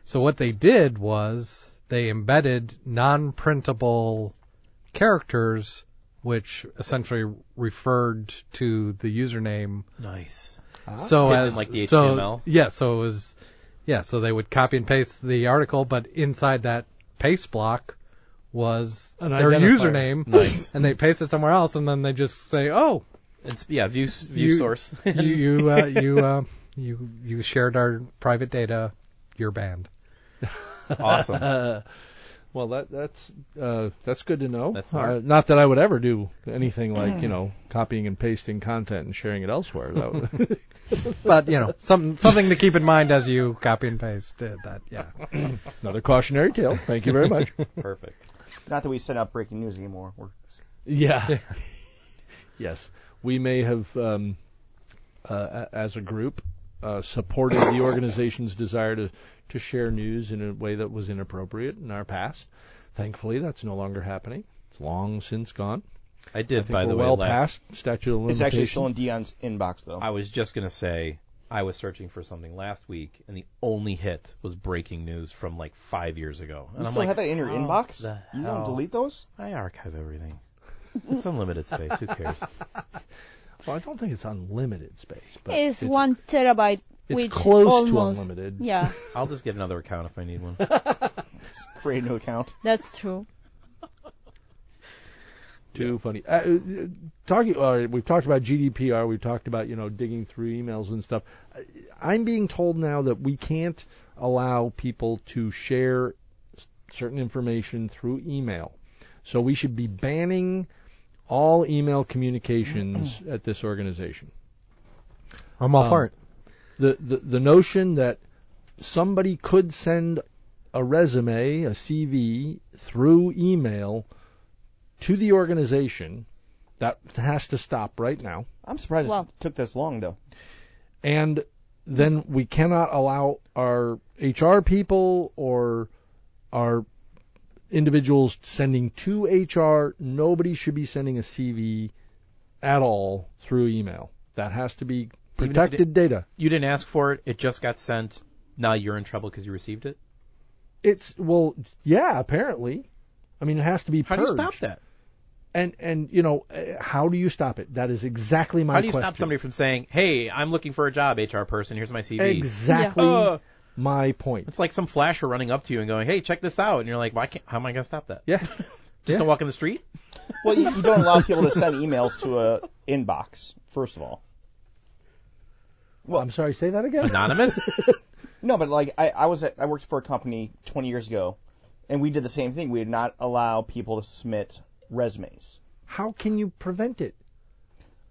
Speaker 5: so what they did was they embedded non-printable characters. Which essentially referred to the username
Speaker 6: Nice.
Speaker 5: so
Speaker 6: Hidden
Speaker 5: as
Speaker 6: like the
Speaker 5: so,
Speaker 6: HTML?
Speaker 5: Yeah, so it was yeah, so they would copy and paste the article, but inside that paste block was
Speaker 1: An
Speaker 5: their
Speaker 1: identifier.
Speaker 5: username,
Speaker 6: Nice.
Speaker 5: and they paste it somewhere else, and then they just say, "Oh,
Speaker 6: It's yeah, view s- view
Speaker 5: You-
Speaker 6: source.
Speaker 5: you you uh, you uh, you you shared our private data, you're banned."
Speaker 6: awesome.
Speaker 1: Well, that that's uh, that's good to know.
Speaker 6: That's
Speaker 1: uh,
Speaker 6: hard.
Speaker 1: not that I would ever do anything like you know copying and pasting content and sharing it elsewhere. That would,
Speaker 5: But you know, something something to keep in mind as you copy and paste uh, that. Yeah,
Speaker 1: another cautionary tale. Thank you very much.
Speaker 6: Perfect.
Speaker 3: Not that we send out breaking news anymore. We're
Speaker 1: Yeah. yes. We may have, um, uh, a- as a group, uh, supported the organization's desire to, to share news in a way that was inappropriate in our past. Thankfully, that's no longer happening. It's long since gone.
Speaker 6: I
Speaker 1: I
Speaker 6: did
Speaker 1: think
Speaker 6: by
Speaker 1: we're
Speaker 6: the
Speaker 1: well
Speaker 6: way last
Speaker 1: past statute of
Speaker 3: it's
Speaker 1: limitations.
Speaker 3: actually still in Dion's inbox though.
Speaker 6: I was just gonna say I was searching for something last week, and the only hit was breaking news from like five years ago. And
Speaker 3: you
Speaker 6: I'm
Speaker 3: still
Speaker 6: like,
Speaker 3: have that in your
Speaker 6: how
Speaker 3: inbox?
Speaker 6: the
Speaker 3: You don't
Speaker 6: hell?
Speaker 3: delete those?
Speaker 6: I archive everything. It's unlimited space. Who cares?
Speaker 1: well, I don't think it's unlimited space, but
Speaker 4: it's, one terabyte.
Speaker 1: it's
Speaker 4: which
Speaker 1: close
Speaker 4: almost,
Speaker 1: to unlimited.
Speaker 4: Yeah,
Speaker 6: I'll just get another account if I need one.
Speaker 3: Create a new account.
Speaker 4: that's true.
Speaker 1: Too funny. Uh, Uh, talking, uh, we've talked about GDPR. We've talked about you know digging through emails and stuff. I- I'm being told now that we can't allow people to share s- certain information through email, so we should be banning all email communications at this organization.
Speaker 5: I'm all
Speaker 1: Um,
Speaker 5: for it.
Speaker 1: The, the the notion that somebody could send a resume, a CV through email to the organization that has to stop right now.
Speaker 3: I'm surprised
Speaker 4: Well-
Speaker 3: it took this long though.
Speaker 1: and then we cannot allow our HR people or our individuals sending to HR. Nobody should be sending a CV at all through email. That has to be
Speaker 6: Even if it
Speaker 1: protected data.
Speaker 6: You didn't ask for it. It just got sent. Now you're in trouble because you received it.
Speaker 1: It's well, yeah, apparently. I mean, it has to be
Speaker 6: How do
Speaker 1: purged.
Speaker 6: you stop that?
Speaker 1: And and you know, uh, how do you stop it? That is exactly my
Speaker 6: How do you
Speaker 1: question.
Speaker 6: stop somebody from saying, "Hey, I'm looking for a job, HR person. Here's my CV."
Speaker 1: Exactly
Speaker 6: Uh,
Speaker 1: my point.
Speaker 6: it's like some flasher running up to you and going, "Hey, check this out," and you're like, "Why can't? How am I gonna stop that?
Speaker 1: Yeah.
Speaker 6: Just don't walk in the street."
Speaker 3: Well, you, you don't allow people to send emails to a inbox, first of all.
Speaker 1: Well, I'm sorry. Say that again.
Speaker 6: Anonymous.
Speaker 3: No, but like I, I was at, I worked for a company 20 years ago, and we did the same thing. We did not allow people to submit resumes.
Speaker 1: How can you prevent it?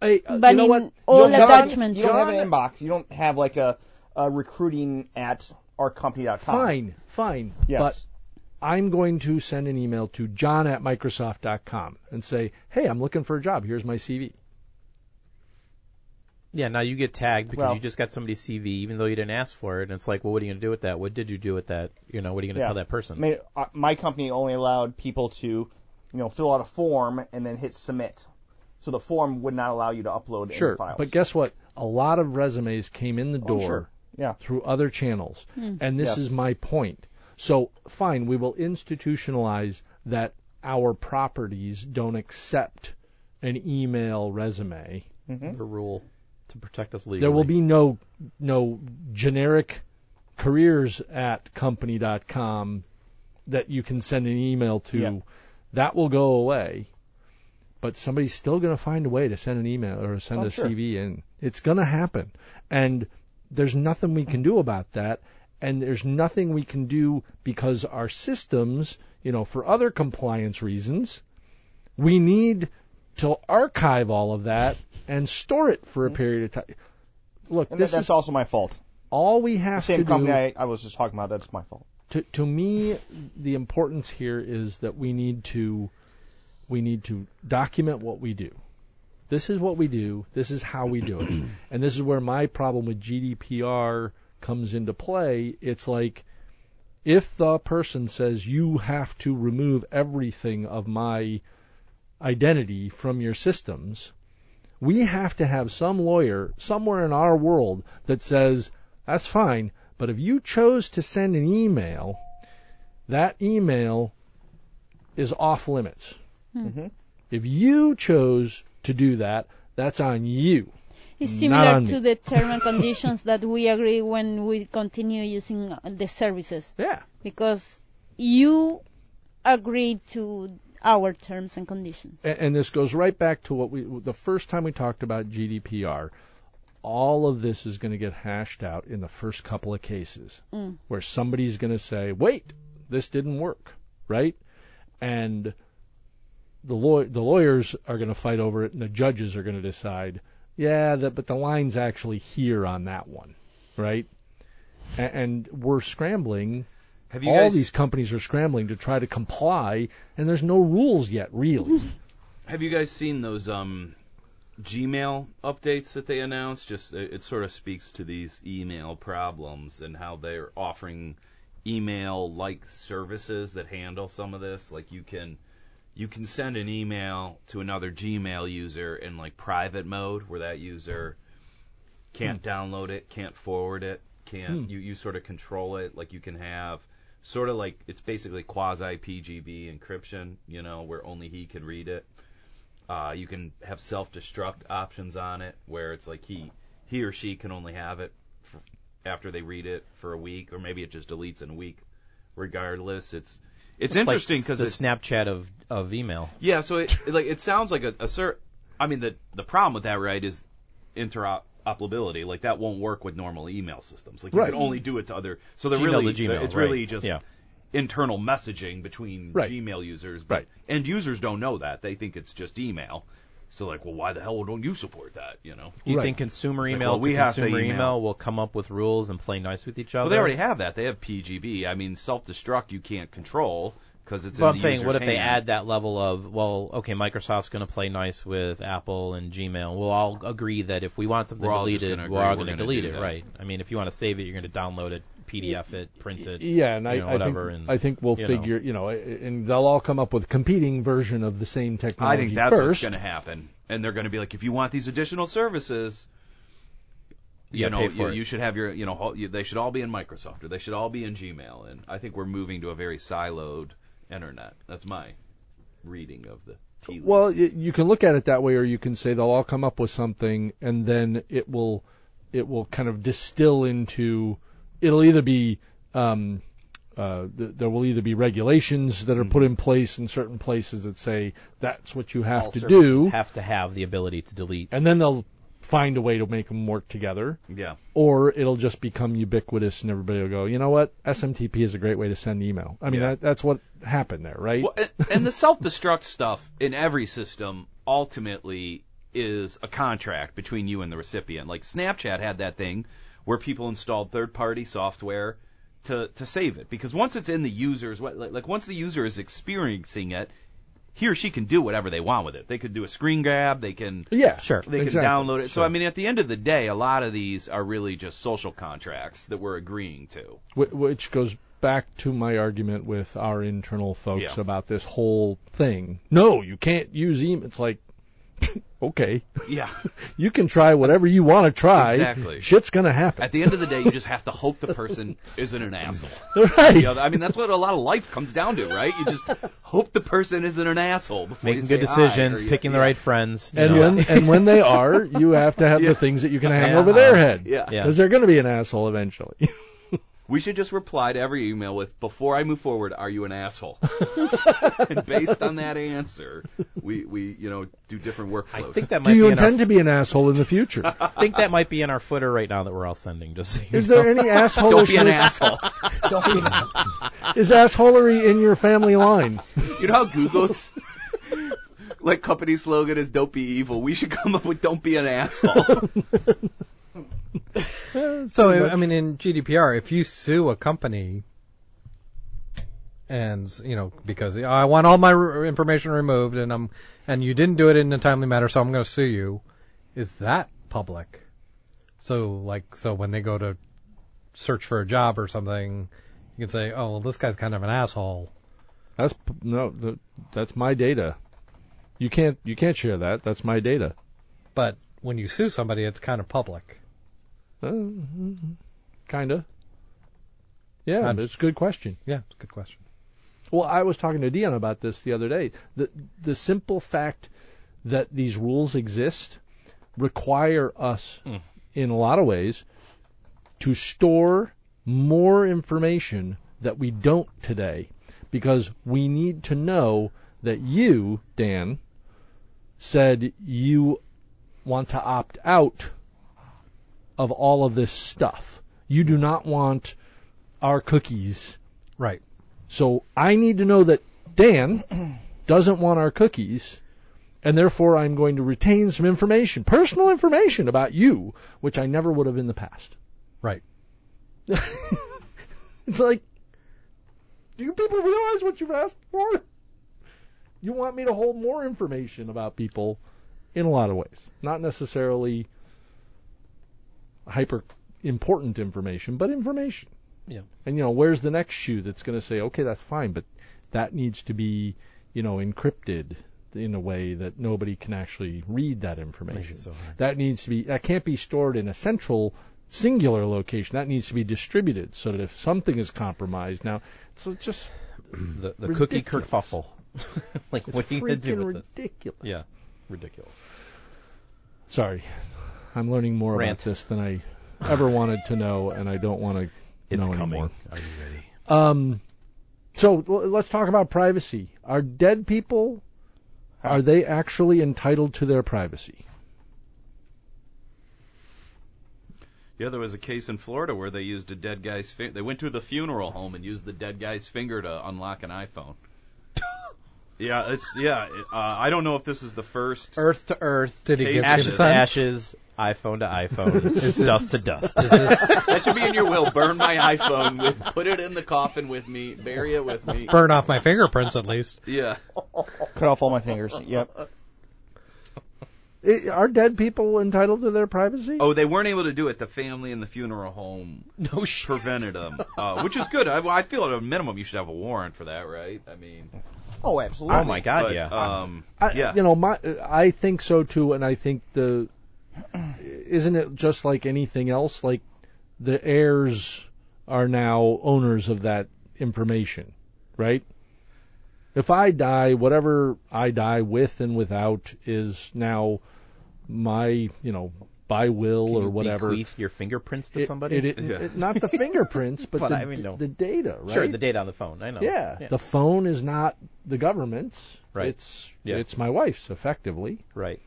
Speaker 1: Hey, uh,
Speaker 4: But
Speaker 1: you know
Speaker 4: in
Speaker 1: what?
Speaker 4: all
Speaker 1: You'll
Speaker 3: You don't
Speaker 1: never-
Speaker 3: have-
Speaker 4: attachments.
Speaker 3: You don't have
Speaker 1: John-
Speaker 3: an inbox. You don't have like a, a recruiting at our company.com.
Speaker 1: Fine, fine.
Speaker 3: Yes.
Speaker 1: But I'm going to send an email to john at microsoft.com and say, hey, I'm looking for a job. Here's my CV.
Speaker 6: yeah. Now you get tagged because
Speaker 3: Well-
Speaker 6: you just got somebody's CV, even though you didn't ask for it. And it's like, well, what are you gonna do with that? What did you do with that? You know, what are you gonna
Speaker 3: Yeah.
Speaker 6: tell that person?
Speaker 3: I mean, uh, my company only allowed people to, you know, fill out a form and then hit submit. So the form would not allow you to upload
Speaker 1: Sure.
Speaker 3: any files. Oh,
Speaker 1: But guess what? A lot of resumes came in the door
Speaker 3: sure. yeah,
Speaker 1: through other channels. And this
Speaker 3: Yes.
Speaker 1: is my point. So, fine, we will institutionalize that our properties don't accept an email resume.
Speaker 6: The rule to protect us legally.
Speaker 1: There will be no no generic careers at company.com that you can send an email to.
Speaker 3: Yeah.
Speaker 1: That will go away. But somebody's still going to find a way to send an email or send
Speaker 3: Oh,
Speaker 1: a
Speaker 3: sure.
Speaker 1: CV in. It's going to happen. And there's nothing we can do about that. And there's nothing we can do because our systems, you know, for other compliance reasons, we need to archive all of that and store it for a period of time. Look,
Speaker 3: Mm-hmm. And
Speaker 1: this
Speaker 3: that's
Speaker 1: is
Speaker 3: also my fault.
Speaker 1: all we have
Speaker 3: Same
Speaker 1: to
Speaker 3: company
Speaker 1: do
Speaker 3: I, I was just talking about. That's my fault.
Speaker 1: to to me the importance here is that we need to we need to document what we do. This is what we do, this is how we do it. and this is where my problem with GDPR comes into play. It's like if the person says you have to remove everything of my identity from your systems, we have to have some lawyer somewhere in our world that says that's fine, but if you chose to send an email, that email is off limits. If you chose to do that, that's on you.
Speaker 4: It's
Speaker 1: Not
Speaker 4: similar
Speaker 1: on
Speaker 4: to
Speaker 1: me.
Speaker 4: the term and conditions that we agree when we continue using uh, the services
Speaker 1: Yeah.
Speaker 4: because you agreed to our terms and conditions.
Speaker 1: And, and this goes right back to what we the first time we talked about GDPR. All of this is going to get hashed out in the first couple of cases where somebody's going to say, "Wait, this didn't work," right? And the law- the lawyers are going to fight over it, and the judges are going to decide, yeah, that, but the line's actually here on that one, right? A- And we're scrambling
Speaker 2: Have you
Speaker 1: all
Speaker 2: guys
Speaker 1: these companies are scrambling to try to comply, and there's no rules yet, really.
Speaker 2: have you guys seen those um Gmail updates that they announced? Just it, it sort of speaks to these email problems and how they're offering email like services that handle some of this. Like you can you can send an email to another Gmail user in like private mode where that user can't download it, can't forward it, can't you, you sort of control it, like you can have sort of like it's basically quasi PGB encryption, you know, where only he can read it. Uh, you can have self-destruct options on it, where it's like he he or she can only have it f after they read it for a week, or maybe it just deletes in a week. Regardless, it's it's, interesting 'cause interesting
Speaker 6: the
Speaker 2: because
Speaker 6: Snapchat of of email.
Speaker 2: yeah, so it it, like it sounds like a, a cer- I mean the the problem with that right is interoperability. Like that won't work with normal email systems. Like you
Speaker 1: Right.
Speaker 2: can only do it to other. So they're
Speaker 6: Gmail
Speaker 2: really
Speaker 6: to Gmail,
Speaker 2: it's
Speaker 6: right.
Speaker 2: really just
Speaker 6: Yeah.
Speaker 2: internal messaging between
Speaker 1: Right.
Speaker 2: Gmail users. But
Speaker 1: Right.
Speaker 2: End users don't know that. They think it's just email. So like, well, why the hell don't you support that? You know.
Speaker 6: Do you
Speaker 1: Right.
Speaker 6: think consumer
Speaker 2: It's like,
Speaker 6: email
Speaker 2: well, we
Speaker 6: to
Speaker 2: have to
Speaker 6: consumer
Speaker 2: email.
Speaker 6: will come up with rules and play nice with each other?
Speaker 2: Well, they already have that. They have PGB. I mean, self-destruct you can't control because it's.
Speaker 6: Well,
Speaker 2: in
Speaker 6: I'm
Speaker 2: the
Speaker 6: saying, what if
Speaker 2: user's
Speaker 6: they
Speaker 2: hand.
Speaker 6: add that level of, well, okay, Microsoft's going to play nice with Apple and Gmail. We'll all agree that if we want something
Speaker 2: We're all just
Speaker 6: deleted,
Speaker 2: gonna agree
Speaker 6: we're all
Speaker 2: we're
Speaker 6: going to
Speaker 2: gonna
Speaker 6: delete
Speaker 2: do
Speaker 6: it,
Speaker 2: that.
Speaker 6: right? I mean, if you want to save it, you're going to download it, PDF it, print it.
Speaker 1: yeah, and I,
Speaker 6: you know,
Speaker 1: I
Speaker 6: whatever,
Speaker 1: think
Speaker 6: and,
Speaker 1: I think we'll
Speaker 6: you know.
Speaker 1: figure, you know, and they'll all come up with competing version of the same technology
Speaker 2: I think that's what's
Speaker 1: first.
Speaker 2: going to happen, and they're going to be like, if you want these additional services, you
Speaker 6: Yeah,
Speaker 2: know,
Speaker 6: pay for
Speaker 2: you,
Speaker 6: it.
Speaker 2: you should have your, you know, all- you, they should all be in Microsoft or they should all be in Gmail, and I think we're moving to a very siloed internet. That's my reading of the tea leaves.
Speaker 1: Well, y you can look at it that way, or you can say they'll all come up with something, and then it will, it will kind of distill into. It'll either be, um, uh, th- there will either be regulations that are
Speaker 6: Hmm.
Speaker 1: put in place in certain places that say that's what you have
Speaker 6: all
Speaker 1: to
Speaker 6: services
Speaker 1: do,
Speaker 6: have to have the ability to delete.
Speaker 1: and then they'll find a way to make them work together,
Speaker 2: yeah,
Speaker 1: or it'll just become ubiquitous, and everybody will go, you know what, SMTP is a great way to send email. I mean,
Speaker 2: Yeah.
Speaker 1: that, that's what happened there, right?
Speaker 2: well, and, and the self-destruct stuff in every system ultimately is a contract between you and the recipient. Like Snapchat had that thing where people installed third-party software to to save it because once it's in the user's wa- like, like once the user is experiencing it, he or she can do whatever they want with it. They could do a screen grab. They can
Speaker 1: yeah,
Speaker 6: Sure.
Speaker 2: they
Speaker 1: exactly.
Speaker 2: can download it. So
Speaker 1: Sure.
Speaker 2: I mean, at the end of the day, a lot of these are really just social contracts that we're agreeing to.
Speaker 1: Wh- which goes back to my argument with our internal folks
Speaker 2: Yeah.
Speaker 1: about this whole thing. No, you can't use email. It's like okay,
Speaker 2: Yeah.
Speaker 1: you can try whatever you want to try.
Speaker 2: Exactly.
Speaker 1: Shit's gonna happen.
Speaker 2: At the end of the day, you just have to hope the person isn't an asshole.
Speaker 1: right.
Speaker 2: You know, I mean, that's what a lot of life comes down to, right? You just hope the person isn't an asshole before
Speaker 6: Making
Speaker 2: you
Speaker 6: good
Speaker 2: say hi,
Speaker 6: decisions,
Speaker 2: or you-
Speaker 6: picking the
Speaker 2: yeah.
Speaker 6: right friends. you
Speaker 1: Ah, and
Speaker 6: know.
Speaker 1: when and when they are, you have to have the things that you can hang
Speaker 6: Yeah.
Speaker 1: over their head.
Speaker 2: Yeah.
Speaker 6: Yeah.
Speaker 1: Because they're going to be an asshole eventually.
Speaker 2: We should just reply to every email with, "Before I move forward, are you an asshole?" and based on that answer, we we you know do different
Speaker 6: I
Speaker 2: workflows.
Speaker 6: think that might
Speaker 1: Do you
Speaker 6: be in our
Speaker 1: intend to be an asshole in the future?
Speaker 6: I think that might be in our footer right now that we're all sending. Just so you
Speaker 1: Is there any
Speaker 2: Don't be an
Speaker 1: assholeishness?
Speaker 2: asshole.
Speaker 3: Don't be an-
Speaker 1: Is assholery in your family line?
Speaker 2: You know how Google's like company slogan is "Don't be evil." We should come up with "Don't be an asshole."
Speaker 5: So I- I mean, in GDPR, if you sue a company, and you know because I want all my r- information removed, and I'm and you didn't do it in a timely manner, so I'm going to sue you. Is that public? So like so when they go to search for a job or something, you can say, oh well, this guy's kind of an asshole.
Speaker 1: That's p- no, th- that's my data. You can't you can't share that. That's my data.
Speaker 5: But when you sue somebody, it's kind of public.
Speaker 1: Uh, kinda. Yeah,
Speaker 5: I'm-
Speaker 1: it's a good question.
Speaker 5: Yeah, it's a good question.
Speaker 1: Well, I was talking to Dion about this the other day. The the simple fact that these rules exist require us in a lot of ways to store more information that we don't today because we need to know that you, Dan, said you want to opt out of all of this stuff. You do not want our cookies
Speaker 5: Right.
Speaker 1: so I need to know that Dan doesn't want our cookies, and therefore I'm going to retain some information, personal information about you, which I never would have in the past.
Speaker 5: Right.
Speaker 1: It's like, do you people realize what you've asked for? You want me to hold more information about people in a lot of ways, not necessarily hyper important information, but information.
Speaker 6: Yeah.
Speaker 1: And you know, where's the next shoe that's going to say, okay, that's fine, but that needs to be, you know, encrypted in a way that nobody can actually read that information.
Speaker 6: so hard.
Speaker 1: that needs to be that can't be stored in a central singular location. That needs to be distributed so that if something is compromised, now, so it's just
Speaker 6: the, the cookie kerfuffle. like
Speaker 1: it's
Speaker 6: what are you gonna
Speaker 1: freaking
Speaker 6: do with this?
Speaker 1: ridiculous.
Speaker 6: Yeah, ridiculous.
Speaker 1: Sorry, I'm learning more
Speaker 6: Rant.
Speaker 1: about this than I ever wanted to know, and I don't want to.
Speaker 6: It's
Speaker 1: know
Speaker 6: coming.
Speaker 1: Anymore.
Speaker 6: Are you ready?
Speaker 1: Um, so l- let's talk about privacy. Are dead people are they actually entitled to their privacy?
Speaker 2: yeah, there was a case in Florida where they used a dead guy's. Fi- they went to the funeral home and used the dead guy's finger to unlock an iPhone. yeah, it's yeah. it- Uh, I don't know if this is the first.
Speaker 6: Earth to earth.
Speaker 5: Did he
Speaker 2: Ashes
Speaker 5: give
Speaker 6: Ashes to
Speaker 5: consent?
Speaker 6: ashes. iPhone to iPhone. dust to dust.
Speaker 5: Is this
Speaker 2: That should be in your will. Burn my iPhone. With, put it in the coffin with me. Bury it with me.
Speaker 5: burn off my fingerprints at least?
Speaker 2: Yeah.
Speaker 3: Cut off all my fingers. Yep.
Speaker 1: I are dead people entitled to their privacy?
Speaker 2: Oh, they weren't able to do it. The family in the funeral home no prevented them, uh, which is good. I, I feel at a minimum you should have a warrant for that, right? I mean,
Speaker 3: Oh, absolutely.
Speaker 6: Oh my God!
Speaker 2: but,
Speaker 6: yeah.
Speaker 2: Um,
Speaker 1: I,
Speaker 2: yeah.
Speaker 1: You know, my I think so too, and I think the isn't it just like anything else? Like the heirs are now owners of that information, right? If I die, whatever I die with and without is now my, you know, by will
Speaker 6: Can
Speaker 1: or
Speaker 6: you
Speaker 1: whatever.
Speaker 6: bequeath your fingerprints to
Speaker 1: It-
Speaker 6: somebody.
Speaker 1: it- it-
Speaker 2: Yeah.
Speaker 1: it- not the fingerprints, but,
Speaker 6: But
Speaker 1: the,
Speaker 6: I mean, no.
Speaker 1: the data, right?
Speaker 6: Sure, the data on the phone. I know.
Speaker 1: Yeah, the phone is not the government's.
Speaker 6: Right.
Speaker 1: It's
Speaker 6: Yeah.
Speaker 1: it's my wife's effectively.
Speaker 6: right.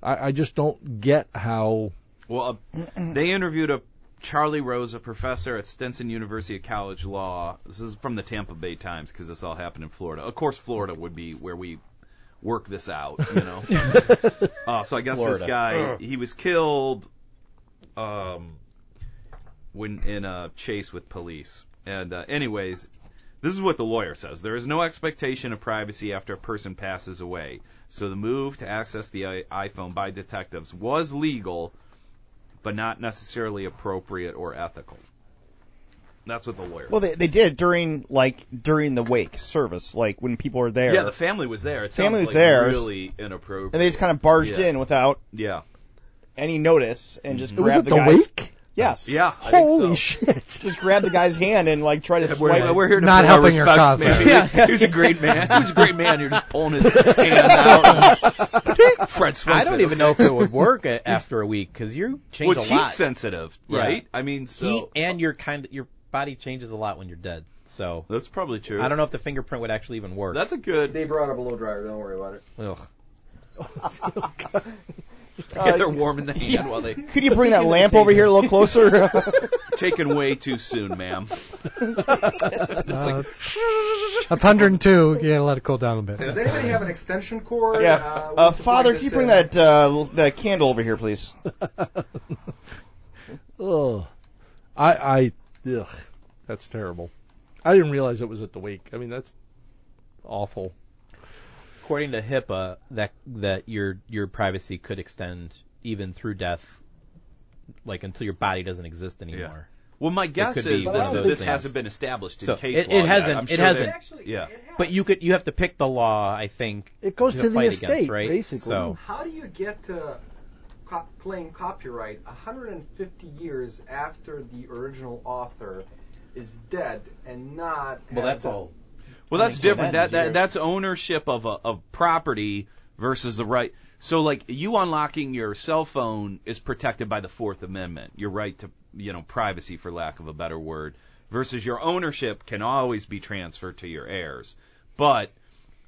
Speaker 1: I, I just don't get how.
Speaker 2: Well, uh, they interviewed a Charlie Rose, a professor at Stenson University of College Law. This is from the Tampa Bay Times because this all happened in Florida. Of course, Florida would be where we work this out, you know. uh, so I guess this
Speaker 6: Florida.
Speaker 2: guy, he was killed um, when in a chase with police. And uh, anyways, this is what the lawyer says. There is no expectation of privacy after a person passes away. So the move to access the i- iPhone by detectives was legal, but not necessarily appropriate or ethical. That's what the lawyer.
Speaker 3: Well, they, they did during like during the wake service, like when people were there.
Speaker 2: yeah, the family was there. It
Speaker 3: Family
Speaker 2: sounds
Speaker 3: was
Speaker 2: like
Speaker 3: there.
Speaker 2: Really inappropriate.
Speaker 3: and they just kind of barged
Speaker 2: Yeah.
Speaker 3: in without
Speaker 2: Yeah.
Speaker 3: any notice and just
Speaker 2: Mhm.
Speaker 1: Mm-hmm. Was
Speaker 3: grabbed
Speaker 1: it the,
Speaker 3: the, guy's
Speaker 1: wake?
Speaker 3: Yes.
Speaker 2: Yeah. I think
Speaker 1: Holy
Speaker 2: so.
Speaker 1: shit!
Speaker 3: Just grabbed the guy's hand and like tried to
Speaker 2: We're,
Speaker 3: swipe.
Speaker 2: we're here to
Speaker 5: Not
Speaker 2: pay our
Speaker 5: helping your
Speaker 2: respects,
Speaker 5: cause there.
Speaker 2: maybe. He was a great man. He was a great man. You're just pulling his hand out. and- Fred Swayze.
Speaker 6: I don't even know if it would work a- after a week because you change
Speaker 2: Well, it's
Speaker 6: a lot.
Speaker 2: heat sensitive,
Speaker 6: Yeah.
Speaker 2: right? I mean, so uh,
Speaker 6: Heat and your kind of, your body changes a lot when you're dead. So
Speaker 2: that's probably true.
Speaker 6: I don't know if the fingerprint would actually even work.
Speaker 2: That's a good.
Speaker 7: They brought a blow dryer. Don't worry about it.
Speaker 6: Ugh.
Speaker 2: yeah, they're warming the hand while they
Speaker 3: Could you bring that lamp over here a little closer?
Speaker 2: taken way too soon, ma'am.
Speaker 5: Uh, that's, that's 102. Yeah, let it cool down a
Speaker 7: Does
Speaker 5: bit.
Speaker 7: anybody have an extension cord? Uh,
Speaker 3: yeah. Uh,
Speaker 7: we'll have to plug
Speaker 3: Father,
Speaker 7: this
Speaker 3: can you
Speaker 7: in.
Speaker 3: bring that uh, that candle over here, please?
Speaker 1: Ugh. I I ugh. That's terrible. I didn't realize it was at the wake. I mean, that's awful.
Speaker 6: According to HIPAA, that that your your privacy could extend even through death, like until your body doesn't exist anymore.
Speaker 2: Well, my guess
Speaker 6: could
Speaker 2: is
Speaker 6: be
Speaker 2: this,
Speaker 7: one of
Speaker 2: this
Speaker 6: those
Speaker 2: hasn't
Speaker 6: things.
Speaker 2: been established in
Speaker 6: So,
Speaker 2: case
Speaker 6: it-
Speaker 2: law
Speaker 6: it
Speaker 2: yet.
Speaker 6: hasn't-
Speaker 2: I'm
Speaker 6: it
Speaker 2: sure
Speaker 6: hasn't.
Speaker 2: that-
Speaker 7: Actually,
Speaker 2: Yeah.
Speaker 7: it has.
Speaker 6: But you could you have to pick the law, I think.
Speaker 1: It goes
Speaker 6: to
Speaker 1: to the
Speaker 6: fight
Speaker 1: estate,
Speaker 6: against, right?
Speaker 1: basically.
Speaker 6: So-
Speaker 7: How do you get to co- claim copyright 150 years after the original author is dead and not? have
Speaker 6: Well, that's
Speaker 7: the-
Speaker 6: all.
Speaker 2: Well, that's
Speaker 6: Like,
Speaker 2: different.
Speaker 6: that-
Speaker 2: That, that that's ownership of a of property versus the right. So, like you unlocking your cell phone is protected by the Fourth Amendment, your right to you know privacy, for lack of a better word, versus your ownership can always be transferred to your heirs. But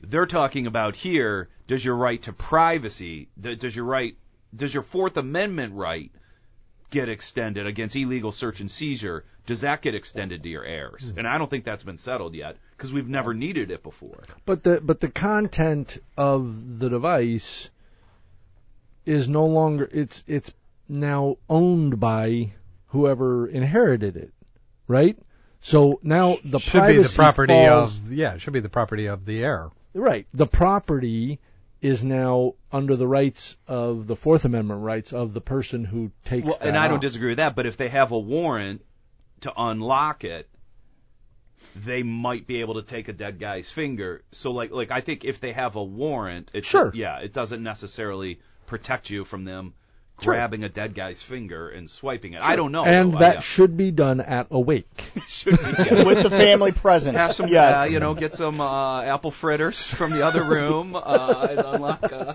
Speaker 2: they're talking about here: does your right to privacy, th- does your right, does your Fourth Amendment right get extended against illegal search and seizure, does that get extended to your heirs?
Speaker 1: Mm-hmm.
Speaker 2: And I don't think that's been settled yet because we've never needed it before.
Speaker 1: But the but the content of the device is no longer it's it's now owned by whoever inherited it, right? So now the
Speaker 5: should be
Speaker 1: privacy
Speaker 5: the property
Speaker 1: falls,
Speaker 5: of yeah. It should be the property of the heir.
Speaker 1: right. The property is now under the rights of the Fourth Amendment rights of the person who takes.
Speaker 2: Well,
Speaker 1: that
Speaker 2: and I don't
Speaker 1: on.
Speaker 2: disagree with that, but if they have a warrant to unlock it, they might be able to take a dead guy's finger. So like like I think if they have a warrant, it
Speaker 1: Sure.
Speaker 2: yeah, it doesn't necessarily protect you from them
Speaker 1: Sure.
Speaker 2: grabbing a dead guy's finger and swiping it. I don't know.
Speaker 1: and
Speaker 2: though. I- uh,
Speaker 1: that
Speaker 2: yeah.
Speaker 1: should be done at a wake.
Speaker 2: should be yeah.
Speaker 3: With the family present.
Speaker 2: Have some,
Speaker 3: yes.
Speaker 2: uh, you know, get some uh, apple fritters from the other room uh, and unlock. Uh,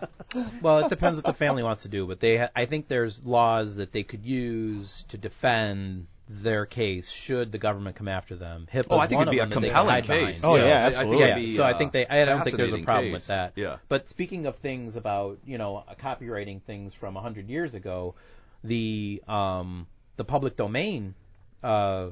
Speaker 6: Well, it depends what the family wants to do, but they ha- I think there's laws that they could use to defend their case should the government come after them. HIPAA
Speaker 2: oh,
Speaker 6: is
Speaker 2: I think
Speaker 6: one
Speaker 2: it'd be a
Speaker 6: of them that they can
Speaker 2: compelling
Speaker 6: hide behind.
Speaker 2: case.
Speaker 3: Oh, yeah,
Speaker 2: I-
Speaker 3: absolutely.
Speaker 2: I
Speaker 6: Yeah,
Speaker 2: think it'd be,
Speaker 6: so I
Speaker 2: uh,
Speaker 6: think they. I don't think there's a
Speaker 2: fascinating
Speaker 6: problem
Speaker 2: case.
Speaker 6: with that.
Speaker 2: Yeah.
Speaker 6: But speaking of things about you know uh, copywriting things from hundred years ago, the um the public domain. Uh,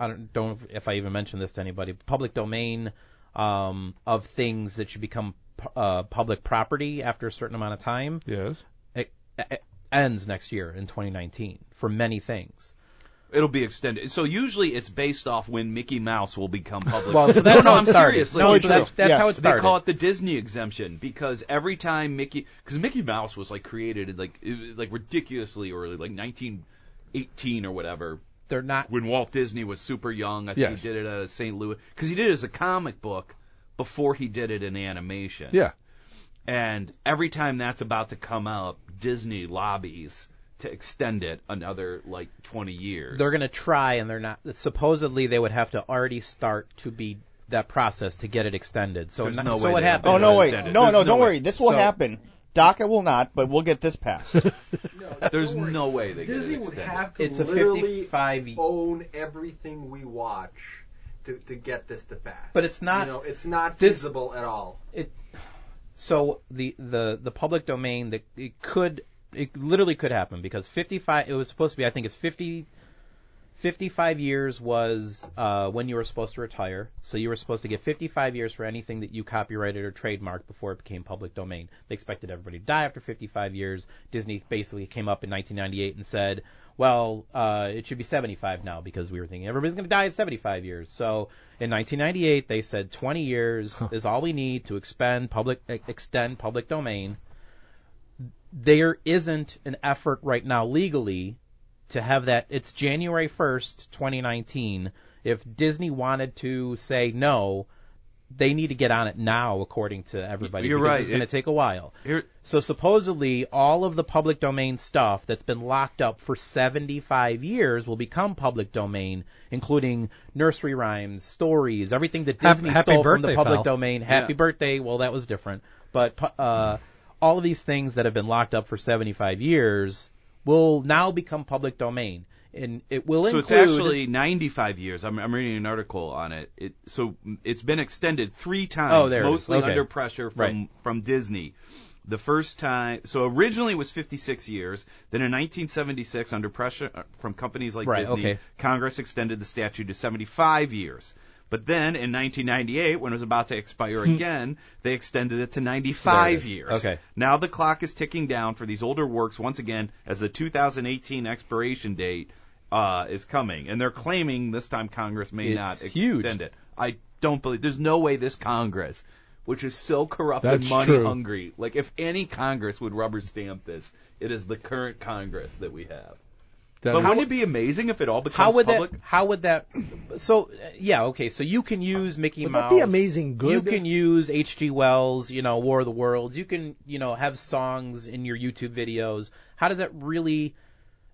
Speaker 6: I don't don't know if I even mentioned this to anybody. Public domain um of things that should become pu- uh, public property after a certain amount of time
Speaker 1: Yes.
Speaker 6: it, it ends next year in 2019 for many things.
Speaker 2: It'll be extended. So usually it's based off when Mickey Mouse will become public.
Speaker 6: Well, so
Speaker 2: no,
Speaker 6: that's
Speaker 2: no,
Speaker 6: how
Speaker 2: I'm
Speaker 6: it started.
Speaker 2: serious.
Speaker 6: No,
Speaker 2: Like,
Speaker 6: so that's, that's
Speaker 3: Yes.
Speaker 6: how it
Speaker 2: they
Speaker 6: started.
Speaker 2: call it the Disney exemption because every time Mickey, because Mickey Mouse was like created in like it- like ridiculously early, like 1918 or whatever.
Speaker 6: They're not.
Speaker 2: when Walt Disney was super young. I think
Speaker 1: Yes.
Speaker 2: he did it out of St. Louis because he did it as a comic book before he did it in animation.
Speaker 1: Yeah.
Speaker 2: And every time that's about to come out, Disney lobbies to extend it another like 20 years.
Speaker 6: They're gonna try, and they're not. Supposedly, they would have to already start to be that process to get it extended. So,
Speaker 2: There's
Speaker 6: not,
Speaker 2: no
Speaker 6: so
Speaker 2: way
Speaker 6: what
Speaker 2: they-
Speaker 6: happened?
Speaker 3: Oh no!
Speaker 6: was-
Speaker 3: Wait,
Speaker 2: Extended.
Speaker 3: no,
Speaker 2: There's
Speaker 3: no,
Speaker 2: no
Speaker 3: don't
Speaker 2: way.
Speaker 3: worry. This will
Speaker 6: So-
Speaker 3: happen. DACA will not, but we'll get this passed.
Speaker 7: No,
Speaker 2: There's
Speaker 7: don't worry.
Speaker 2: no way they
Speaker 7: Disney
Speaker 2: get it
Speaker 7: would
Speaker 2: extended.
Speaker 7: have to
Speaker 6: It's a
Speaker 7: literally
Speaker 6: 55 y-
Speaker 7: own everything we watch to, to get this to pass.
Speaker 6: But it's not-
Speaker 7: You know, it's not
Speaker 6: this-
Speaker 7: feasible at all.
Speaker 6: So the the the public domain that it could it literally could happen because 55 it was supposed to be I think it's 50 55 years was uh, when you were supposed to retire. So you were supposed to get 55 years for anything that you copyrighted or trademarked before it became public domain. They expected everybody to die after 55 years. Disney basically came up in 1998 and said, well, uh, it should be 75 now because we were thinking everybody's going to die at 75 years. So in 1998, they said 20 years is all we need to expend public, e-, extend public domain. There isn't an effort right now legally to have that. It's January 1st, 2019 if Disney wanted to say no, they need to get on it now, according to everybody.
Speaker 2: You're
Speaker 6: because
Speaker 2: right.
Speaker 6: It's going to
Speaker 2: It-
Speaker 6: take a while.
Speaker 2: Here,
Speaker 6: So supposedly all of the public domain stuff that's been locked up for 75 years will become public domain, including nursery rhymes, stories, everything that
Speaker 5: Hap-
Speaker 6: Disney
Speaker 5: happy
Speaker 6: stole from
Speaker 5: birthday,
Speaker 6: the public
Speaker 5: pal.
Speaker 6: domain. Happy
Speaker 2: Yeah.
Speaker 6: birthday. Well, that was different, but pu- uh, all of these things that have been locked up for 75 years will now become public domain, and it will
Speaker 2: so
Speaker 6: include.
Speaker 2: it's actually 95 years. I'm, I'm reading an article on it. it. So it's been extended three times,
Speaker 6: Oh, there it is.
Speaker 2: mostly
Speaker 6: Okay.
Speaker 2: under pressure from
Speaker 6: Right.
Speaker 2: from Disney. The first time, so originally it was 56 years. Then in 1976, under pressure uh, from companies like
Speaker 6: Right,
Speaker 2: Disney,
Speaker 6: okay.
Speaker 2: Congress extended the statute to 75 years. But then in 1998, when it was about to expire again, they extended it to 95
Speaker 6: Hmm. is.
Speaker 2: years.
Speaker 6: Okay.
Speaker 2: Now the clock is ticking down for these older works once again as the 2018 expiration date uh, is coming, and they're claiming this time Congress may
Speaker 6: It's
Speaker 2: not extend
Speaker 6: huge.
Speaker 2: it. I don't believe there's no way this Congress, which is so corrupt and
Speaker 1: That's
Speaker 2: money
Speaker 1: true.
Speaker 2: hungry, like if any Congress would rubber stamp this, it is the current Congress that we have.
Speaker 1: That
Speaker 2: But
Speaker 1: is-
Speaker 2: wouldn't it be amazing if it all becomes
Speaker 6: how would
Speaker 2: public?
Speaker 6: that? How would that? So uh, yeah, okay. So you can use Mickey
Speaker 1: Would
Speaker 6: Mouse.
Speaker 1: that be amazing good?
Speaker 6: You can use H.G. Wells, you know, War of the Worlds. You can, you know, have songs in your YouTube videos. How does that really?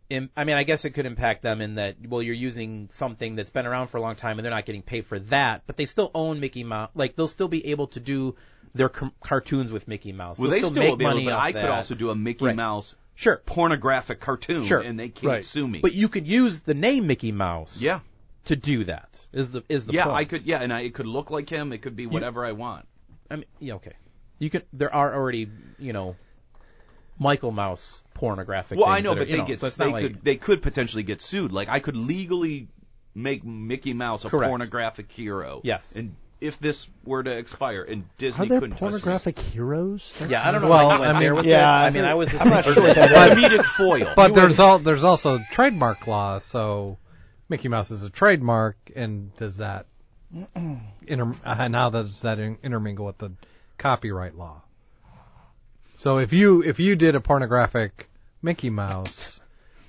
Speaker 6: Im- I mean, I guess it could impact them in that well, you're using something that's been around for a long time and they're not getting paid for that, but they still own Mickey Mouse. Like they'll still be able to do their com- cartoons with Mickey Mouse.
Speaker 2: Well,
Speaker 6: they'll
Speaker 2: they
Speaker 6: make
Speaker 2: will be able,
Speaker 6: money
Speaker 2: but
Speaker 6: off
Speaker 2: I could
Speaker 6: that.
Speaker 2: also do a Mickey
Speaker 6: Right.
Speaker 2: Mouse
Speaker 6: sure,
Speaker 2: pornographic cartoon,
Speaker 6: Sure.
Speaker 2: and they can't
Speaker 1: Right.
Speaker 2: sue me.
Speaker 6: but you could use the name Mickey Mouse
Speaker 2: yeah,
Speaker 6: to do that. Is the is the
Speaker 2: yeah,
Speaker 6: point.
Speaker 2: I could, yeah, and I, it could look like him. It could be whatever I want.
Speaker 6: I mean, yeah, okay. You can. There are already, you know, Michael Mouse pornographic.
Speaker 2: Well,
Speaker 6: things
Speaker 2: I know,
Speaker 6: that
Speaker 2: but
Speaker 6: are,
Speaker 2: they
Speaker 6: you know,
Speaker 2: get
Speaker 6: so it's
Speaker 2: they
Speaker 6: not like,
Speaker 2: could they could potentially get sued. Like I could legally make Mickey Mouse a
Speaker 6: Correct.
Speaker 2: pornographic hero.
Speaker 6: Yes.
Speaker 2: And if this were to expire, and Disney
Speaker 1: Are there
Speaker 2: couldn't
Speaker 1: pornographic heroes? That's
Speaker 6: Yeah, I don't know.
Speaker 5: Well,
Speaker 6: if I went
Speaker 5: I mean,
Speaker 6: there with
Speaker 3: yeah,
Speaker 6: it. I mean, I was. Just
Speaker 3: I'm not sure what that
Speaker 2: just,
Speaker 5: But-
Speaker 2: immediate foil.
Speaker 5: But there's all there's also trademark law, so Mickey Mouse is a trademark, and does that inter- and how does that in- intermingle with the copyright law? So if you if you did a pornographic Mickey Mouse,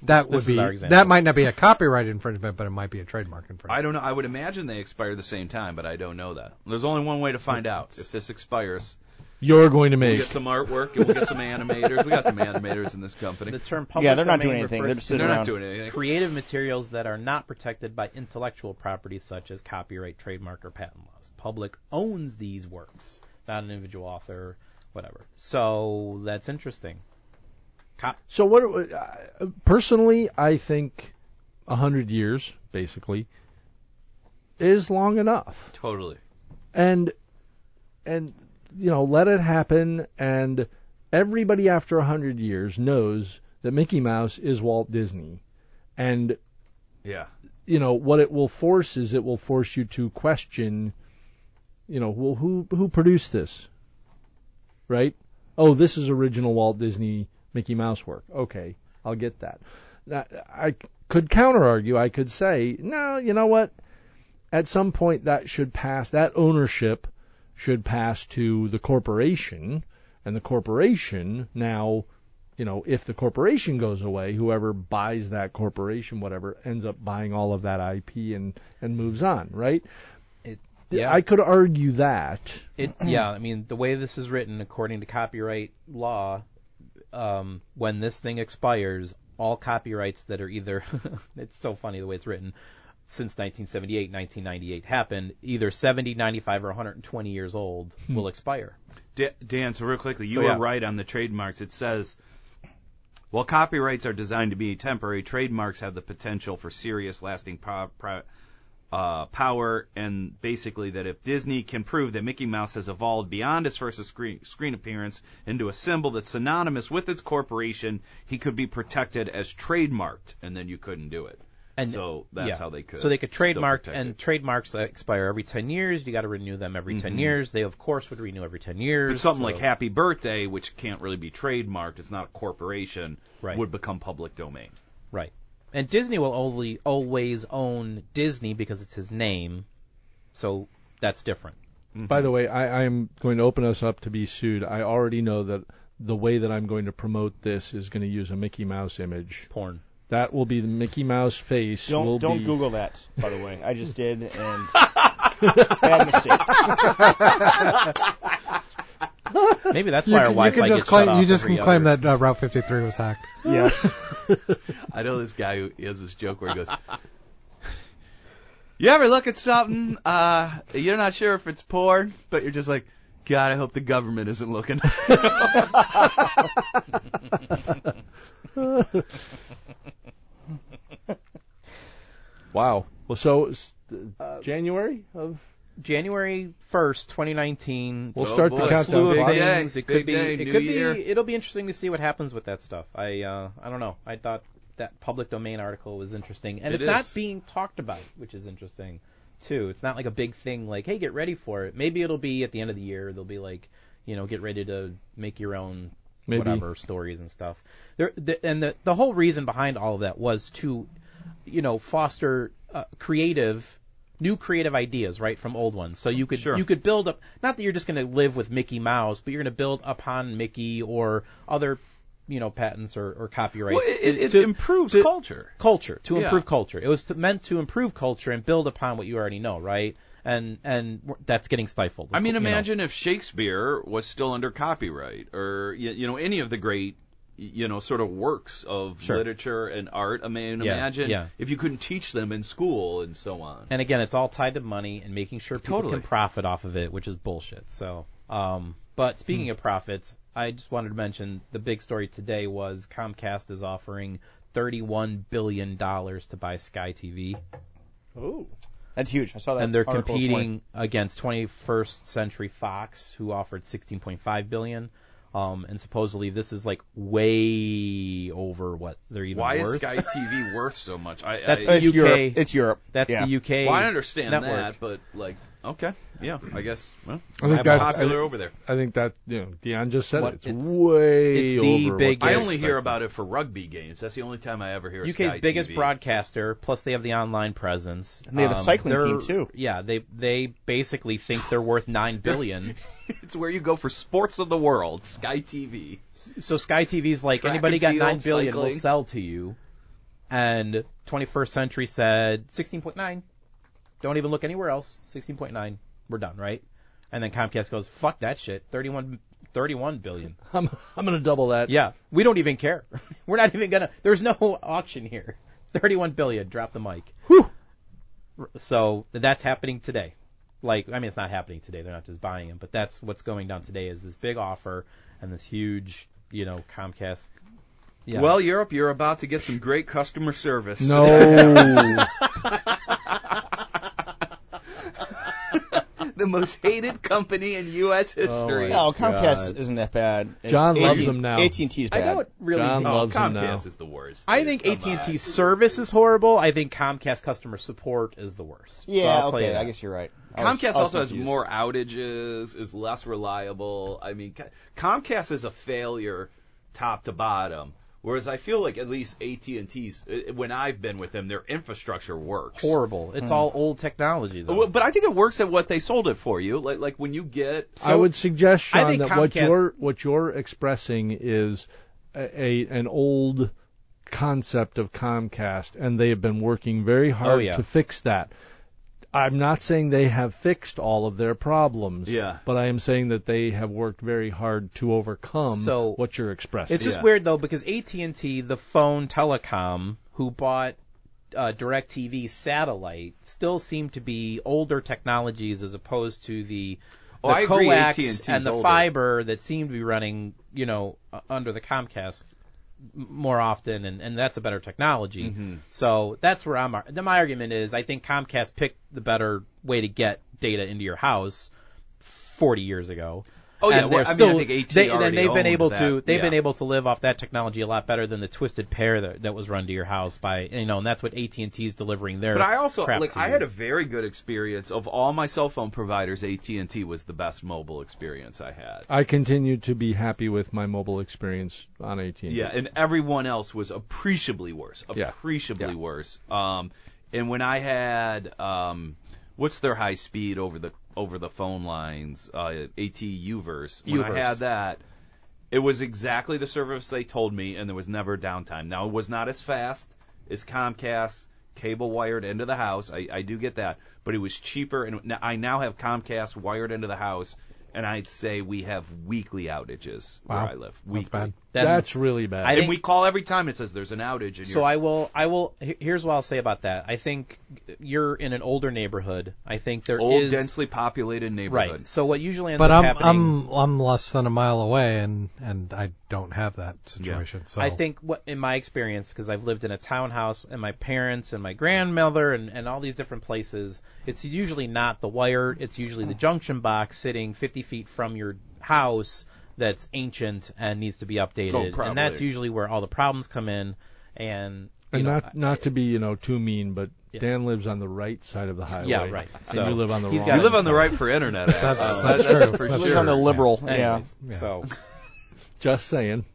Speaker 5: that would
Speaker 6: This is
Speaker 5: be
Speaker 6: our example.
Speaker 5: that might not be a copyright infringement, but it might be a trademark infringement.
Speaker 2: I don't know. I would imagine they expire the same time, but I don't know that. There's only one way to find out if this expires.
Speaker 1: You're going to
Speaker 2: We'll
Speaker 1: make.
Speaker 2: get some artwork and we'll get some animators. We got some animators in this company.
Speaker 6: the term public
Speaker 3: yeah, they're not
Speaker 6: domain
Speaker 3: doing anything. They're
Speaker 6: refers
Speaker 3: just
Speaker 6: to
Speaker 2: They're
Speaker 3: sitting
Speaker 2: not
Speaker 3: around.
Speaker 2: doing anything.
Speaker 6: creative materials that are not protected by intellectual property such as copyright, trademark, or patent laws. Public owns these works, not an individual author, whatever. So that's interesting. Cop-
Speaker 1: So what? Uh, personally, I think a hundred years basically is long enough,
Speaker 2: Totally.
Speaker 1: and and you know let it happen, and everybody after a hundred years knows that Mickey Mouse is Walt Disney, and
Speaker 2: Yeah.
Speaker 1: you know what it will force is it will force you to question you know well who who produced this right oh this is original Walt Disney Mickey Mouse work okay I'll get that now, I could counter argue I could say no you know what at some point that should pass that ownership should pass to the corporation and the corporation now you know, if the corporation goes away, whoever buys that corporation, whatever, ends up buying all of that IP and and moves on, right?
Speaker 6: yeah.
Speaker 1: I could argue that.
Speaker 6: It, yeah, I mean, the way this is written, according to copyright law, um, when this thing expires, all copyrights that are either, it's so funny the way it's written, since 1978, 1998 happened, either 70, 95, or 120 years old will expire.
Speaker 2: Da- Dan, so real quickly, you
Speaker 6: So,
Speaker 2: were
Speaker 6: yeah.
Speaker 2: right on the trademarks. It says, while copyrights are designed to be temporary, trademarks have the potential for serious, lasting po- pro- uh, power, and basically that if Disney can prove that Mickey Mouse has evolved beyond his first screen, screen appearance into a symbol that's synonymous with its corporation, he could be protected as trademarked, and then you couldn't do it.
Speaker 6: And
Speaker 2: so that's
Speaker 6: yeah.
Speaker 2: how they could.
Speaker 6: So they could
Speaker 2: still
Speaker 6: trademark,
Speaker 2: protect
Speaker 6: and
Speaker 2: it. Mm-hmm.
Speaker 6: trademarks that expire every 10 years. You got to renew them every 10 years. They, of course, would renew every 10 years.
Speaker 2: But something
Speaker 6: so-
Speaker 2: like Happy Birthday, which can't really be trademarked, it's not a corporation,
Speaker 6: Right.
Speaker 2: would become public domain.
Speaker 6: Right. And Disney will only always own Disney because it's his name. So that's different.
Speaker 1: By the way, I, I'm going to open us up to be sued. I already know that the way that I'm going to promote this is going to use a Mickey Mouse image
Speaker 6: Porn.
Speaker 1: That will be the Mickey Mouse face.
Speaker 3: Don't
Speaker 1: will
Speaker 3: don't
Speaker 1: be-
Speaker 3: Google that, by the way. I just did, and bad mistake.
Speaker 6: Maybe that's
Speaker 5: You can,
Speaker 6: why our
Speaker 5: you
Speaker 6: Wi-Fi
Speaker 5: can just
Speaker 6: gets
Speaker 5: claim
Speaker 6: shut off
Speaker 5: you just
Speaker 6: every
Speaker 5: can claim
Speaker 6: other-
Speaker 5: that uh, Route 53 was hacked.
Speaker 3: Yes.
Speaker 2: I know this guy who he has this joke where he goes, "You ever look at something? Uh, you're not sure if it's porn, but you're just like, God, I hope the government isn't looking."
Speaker 1: Wow. Well, so it's, uh, January of
Speaker 6: January 1st, 2019.
Speaker 1: We'll
Speaker 2: Oh,
Speaker 1: start
Speaker 2: boy.
Speaker 1: the
Speaker 6: slew
Speaker 1: countdown.
Speaker 6: of
Speaker 2: Big
Speaker 1: clock.
Speaker 2: day.
Speaker 6: things. It
Speaker 2: Big
Speaker 6: could be.
Speaker 2: day,
Speaker 6: it
Speaker 2: new
Speaker 6: could
Speaker 2: year.
Speaker 6: be. It'll be interesting to see what happens with that stuff. I uh, I don't know. I thought that public domain article was interesting, and
Speaker 2: It
Speaker 6: it's not
Speaker 2: is.
Speaker 6: being talked about, which is interesting too. It's not like a big thing. Like, hey, get ready for it. Maybe it'll be at the end of the year. They'll be like, you know, get ready to make your own
Speaker 1: Maybe.
Speaker 6: whatever stories and stuff. There, the, and the the whole reason behind all of that was to, you know, foster uh, creative, new creative ideas, right, from old ones. So you could
Speaker 2: Sure.
Speaker 6: you could build up. Not that you're just going to live with Mickey Mouse, but you're going to build upon Mickey or other, you know, patents or, or copyrights.
Speaker 2: Well, it, it, it
Speaker 6: to-
Speaker 2: improves
Speaker 6: to-
Speaker 2: culture.
Speaker 6: culture to
Speaker 2: Yeah.
Speaker 6: improve culture. It was to, meant to improve culture and build upon what you already know, right? And and we're- that's getting stifled.
Speaker 2: I mean,
Speaker 6: You know.
Speaker 2: imagine if Shakespeare was still under copyright, or you, you know, any of the great, you know, sort of works of
Speaker 6: Sure.
Speaker 2: literature and art. I mean,
Speaker 6: Yeah,
Speaker 2: imagine
Speaker 6: yeah.
Speaker 2: if you couldn't teach them in school and so on.
Speaker 6: And again, it's all tied to money and making sure people
Speaker 2: Totally.
Speaker 6: can profit off of it, which is bullshit. So, um, but speaking
Speaker 2: Hmm.
Speaker 6: of profits, I just wanted to mention the big story today was Comcast is offering thirty-one billion dollars to buy Sky TV,
Speaker 1: Oh.
Speaker 3: That's huge. I saw that.
Speaker 6: and they're
Speaker 3: article this morning.
Speaker 6: competing against twenty-first Century Fox, who offered sixteen point five billion. Um, and supposedly this is like way over what they're even
Speaker 2: Why is
Speaker 6: worth.
Speaker 2: Sky TV worth so much? I,
Speaker 6: That's
Speaker 2: I,
Speaker 6: the
Speaker 3: Oh, It's
Speaker 6: UK.
Speaker 3: Europe. It's Europe.
Speaker 6: That's
Speaker 3: yeah.
Speaker 6: the UK.
Speaker 2: well, I understand
Speaker 6: network.
Speaker 2: that, but like, okay, yeah, I guess. Well,
Speaker 1: I think
Speaker 6: that's-
Speaker 2: popular over there.
Speaker 1: I think that you know, Dion just said
Speaker 6: What-
Speaker 1: it. It's,
Speaker 6: it's-
Speaker 1: way
Speaker 6: it's the
Speaker 1: over. what
Speaker 6: biggest-
Speaker 1: they
Speaker 2: I only
Speaker 1: expected.
Speaker 2: hear about it for rugby games. That's the only time I ever hear.
Speaker 6: UK's
Speaker 2: Sky
Speaker 6: biggest
Speaker 2: TV.
Speaker 6: broadcaster, plus they have the online presence. Um,
Speaker 3: And they have a cycling
Speaker 6: they're-
Speaker 3: team, too.
Speaker 6: Yeah, they they basically think they're worth nine billion.
Speaker 2: It's where you go for sports of the world. Sky TV.
Speaker 6: so Sky TV's like
Speaker 2: Track
Speaker 6: anybody
Speaker 2: and
Speaker 6: got
Speaker 2: field,
Speaker 6: nine billion, we'll
Speaker 2: cycling.
Speaker 6: sell to you. And 21st Century said 16.9. Don't even look anywhere else. 16.9. We're done, right? And then Comcast goes, fuck that shit. 31, 31 billion.
Speaker 1: I'm, I'm going to double that.
Speaker 6: Yeah, we don't even care. We're not even gonna. There's no auction here. 31 billion. Drop the mic. Whew. So that's happening today. Like, I mean, it's not happening today. They're not just buying them, but that's what's going down today. Is this big offer and this huge, you know, Comcast. Yeah.
Speaker 2: Well, Europe, you're about to get some great customer service.
Speaker 1: No.
Speaker 2: the most hated company in U.S. history.
Speaker 3: No, Comcast
Speaker 6: Oh God.
Speaker 3: isn't that bad. It's
Speaker 1: John loves
Speaker 3: 18
Speaker 1: them now.
Speaker 3: AT&T's
Speaker 6: I
Speaker 3: bad.
Speaker 6: know it really.
Speaker 1: John
Speaker 2: Oh,
Speaker 1: loves them now.
Speaker 2: Comcast is the worst.
Speaker 6: I think
Speaker 2: Come
Speaker 6: AT
Speaker 2: on.
Speaker 6: and T service is horrible. I think Comcast customer support is the worst. So
Speaker 3: Yeah,
Speaker 6: I'll tell you
Speaker 3: okay. I
Speaker 6: that.
Speaker 3: guess you're right. I was- I
Speaker 2: Comcast
Speaker 3: was
Speaker 2: also has
Speaker 3: confused.
Speaker 2: more outages, is less reliable. I mean, Co- Comcast is a failure top to bottom. Whereas I feel like at least AT and T's, uh, when I've been with them, their infrastructure works.
Speaker 6: horrible. It's all old technology though.
Speaker 2: Hmm. Well, But I think it works at what they sold it for you. Like, like when you get
Speaker 1: I would suggest,
Speaker 6: I
Speaker 1: Sean,
Speaker 6: think
Speaker 1: that what
Speaker 6: Comcast-
Speaker 1: you're what you're expressing is a, a an old concept of Comcast, and they have been working very hard
Speaker 6: Oh, yeah.
Speaker 1: to fix that. I'm not saying they have fixed all of their problems,
Speaker 2: Yeah.
Speaker 1: but I am saying that they have worked very hard to overcome
Speaker 6: So,
Speaker 1: what you're expressing.
Speaker 6: It's just
Speaker 2: Yeah.
Speaker 6: weird though because AT&T, the phone telecom who bought uh, DirecTV satellite, still seem to be older technologies as opposed to the the
Speaker 2: Oh, I agree,
Speaker 6: coax
Speaker 2: AT&T's
Speaker 6: and the
Speaker 2: older.
Speaker 6: fiber that seem to be running, you know, uh, under the Comcast m- more often, and, and that's a better technology.
Speaker 2: Mm-hmm.
Speaker 6: So that's where I'm. ar- then My argument is I think Comcast picked the better way to get data into your house 40 years ago.
Speaker 2: Oh, yeah,
Speaker 6: and
Speaker 2: well,
Speaker 6: they're
Speaker 2: I mean,
Speaker 6: still,
Speaker 2: I think AT
Speaker 6: they,
Speaker 2: already
Speaker 6: and they've been
Speaker 2: owned
Speaker 6: able to
Speaker 2: that,
Speaker 6: they've
Speaker 2: yeah.
Speaker 6: been able to live off that technology a lot better than the twisted pair that, that was run to your house by you know, and that's what AT and T's delivering there.
Speaker 2: But I also
Speaker 6: crap
Speaker 2: like
Speaker 6: to
Speaker 2: I
Speaker 6: you.
Speaker 2: had a very good experience of all my cell phone providers. AT and T was the best mobile experience I had.
Speaker 1: I continue to be happy with my mobile experience on AT&T.
Speaker 2: Yeah, and everyone else was appreciably worse.
Speaker 1: Yeah.
Speaker 2: Appreciably
Speaker 1: Yeah.
Speaker 2: worse. Um, and when I had um, what's their high speed over the over the phone lines? Uh, AT Uverse. When
Speaker 6: Uverse.
Speaker 2: I had that. It was exactly the service they told me, and there was never downtime. Now it was not as fast. is Comcast cable wired into the house. I, I do get that, but it was cheaper, and n- I now have Comcast wired into the house, and I'd say we have weekly outages
Speaker 5: Wow.
Speaker 2: where I live. Weekly.
Speaker 5: That's bad.
Speaker 6: Then-
Speaker 1: That's really bad.
Speaker 6: I
Speaker 2: and
Speaker 6: think-
Speaker 2: we call every time it says there's an outage. And
Speaker 6: So
Speaker 2: you're-
Speaker 6: I will. I will. he- Here's what I'll say about that. I think you're in an older neighborhood. I think there is
Speaker 2: old, densely populated neighborhood.
Speaker 6: right. So what usually ends
Speaker 5: But
Speaker 6: up
Speaker 5: I'm
Speaker 6: happening.
Speaker 5: I'm I'm less than a mile away, and and I don't have that situation. So
Speaker 6: I think what in my experience, because I've lived in a townhouse and my parents and my grandmother and, and all these different places, it's usually not the wire. It's usually the junction box sitting 50 feet from your house that's ancient and needs to be updated.
Speaker 2: probably.
Speaker 6: and that's usually where all the problems come in. And, you
Speaker 1: and
Speaker 6: know,
Speaker 1: not not to be you know too mean, but
Speaker 6: Yeah.
Speaker 1: Dan lives on the right side of the highway.
Speaker 6: Yeah, right.
Speaker 1: And
Speaker 6: So
Speaker 1: you live on the
Speaker 6: he's
Speaker 1: wrong.
Speaker 6: got
Speaker 2: You live on the
Speaker 1: side.
Speaker 2: right for internet.
Speaker 5: That's-
Speaker 2: access.
Speaker 5: that's
Speaker 2: That-
Speaker 5: true.
Speaker 2: for
Speaker 5: That's
Speaker 2: sure.
Speaker 3: Lives on the liberal,
Speaker 6: I-
Speaker 3: yeah.
Speaker 6: anyways, So.
Speaker 1: Just saying.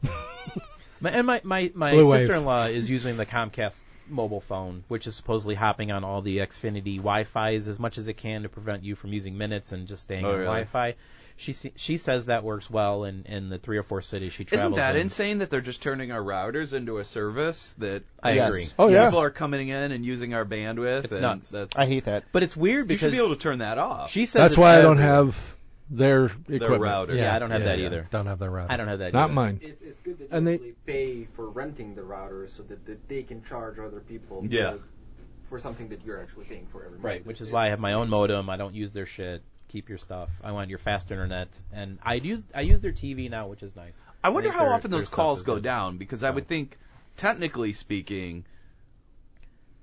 Speaker 6: My, and my my, my
Speaker 5: Blue wave.
Speaker 6: sister-in-law is using the Comcast mobile phone, which is supposedly hopping on all the Xfinity Wi-Fi's as much as it can to prevent you from using minutes and just staying
Speaker 2: Oh,
Speaker 6: on
Speaker 2: really?
Speaker 6: Wi-Fi. She se- she says that works well in, in the three or four cities she travels.
Speaker 2: Isn't that
Speaker 6: in.
Speaker 2: insane that they're just turning our routers into a service that
Speaker 6: I
Speaker 3: Yes.
Speaker 6: agree.
Speaker 1: Oh yeah.
Speaker 2: people are coming in and using our bandwidth?
Speaker 6: It's
Speaker 2: and
Speaker 6: nuts.
Speaker 2: That's,
Speaker 3: I hate that.
Speaker 6: But it's weird
Speaker 2: you should
Speaker 6: because
Speaker 2: be able to turn that off.
Speaker 6: she says
Speaker 1: That's
Speaker 6: it's
Speaker 1: why I don't
Speaker 6: everywhere.
Speaker 1: have their equipment.
Speaker 2: their router.
Speaker 6: Yeah, I don't have that either.
Speaker 5: Don't have that route.
Speaker 6: I don't have that.
Speaker 1: Not
Speaker 6: either.
Speaker 1: mine.
Speaker 7: It's, it's good that
Speaker 1: And
Speaker 7: and
Speaker 1: they-
Speaker 7: they pay for renting the router so that, that they can charge other people to-
Speaker 2: Yeah.
Speaker 7: for something that you're actually paying for every month.
Speaker 6: Right, which is
Speaker 7: It's-
Speaker 6: why I have my own modem. I don't use their shit. Keep your stuff. I want your fast internet, and I use I use their TV now, which is nice.
Speaker 2: I wonder
Speaker 6: think
Speaker 2: how
Speaker 6: their-
Speaker 2: often
Speaker 6: their
Speaker 2: those
Speaker 6: stuff
Speaker 2: calls
Speaker 6: is
Speaker 2: go
Speaker 6: good.
Speaker 2: down because I would think, technically speaking,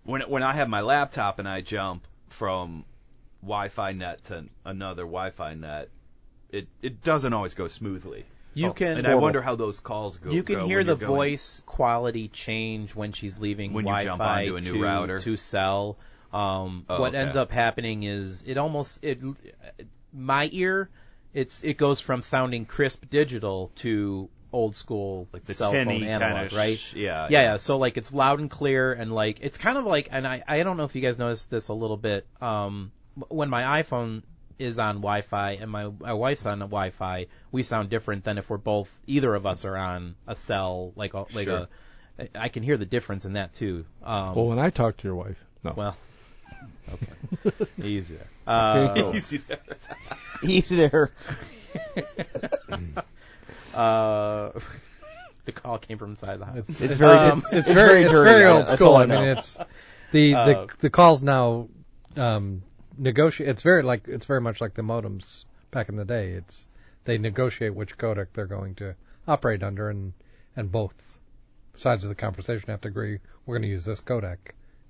Speaker 2: when when I have my laptop and I jump from Wi-Fi net to another Wi-Fi net, it it doesn't always go smoothly. Oh,
Speaker 6: You can
Speaker 2: and I wonder how those calls go.
Speaker 6: You can
Speaker 2: go
Speaker 6: hear
Speaker 2: when
Speaker 6: the
Speaker 2: you're going-
Speaker 6: voice quality change when she's leaving
Speaker 2: When you
Speaker 6: Wi-Fi
Speaker 2: jump onto a new
Speaker 6: to,
Speaker 2: router.
Speaker 6: to sell. Um,
Speaker 2: Oh,
Speaker 6: what
Speaker 2: okay.
Speaker 6: ends up happening is it almost it my ear it's it goes from sounding crisp digital to old school
Speaker 2: like the
Speaker 6: cell
Speaker 2: tinny
Speaker 6: phone analog,
Speaker 2: kind of
Speaker 6: right?
Speaker 2: yeah,
Speaker 6: Uh, yeah, yeah. So like it's loud and clear, and like it's kind of like, and I I don't know if you guys noticed this a little bit. Um, w- when my iPhone is on Wi-Fi and my my wife's on Wi-Fi, we sound different than if we're both either of us are on a cell like a, like
Speaker 2: Sure.
Speaker 6: a. I can hear the difference in that too. Um,
Speaker 1: Well, when I talk to your wife, no.
Speaker 6: well, okay, easy there. Uh,
Speaker 2: Easy there.
Speaker 3: He's there.
Speaker 6: uh, the call came from inside the house.
Speaker 5: It's,
Speaker 3: It's very-
Speaker 5: Um, it's,
Speaker 3: Um, it's
Speaker 5: very,
Speaker 3: very
Speaker 5: it's
Speaker 3: dirty.
Speaker 5: very
Speaker 3: I-
Speaker 5: old
Speaker 3: that's
Speaker 5: school.
Speaker 3: all I
Speaker 5: I mean,
Speaker 3: know.
Speaker 5: it's the
Speaker 6: Uh,
Speaker 5: the the calls now um, negotiate. It's very like it's very much like the modems back in the day. It's they negotiate which codec they're going to operate under, and and both sides of the conversation have to agree we're going to use this codec,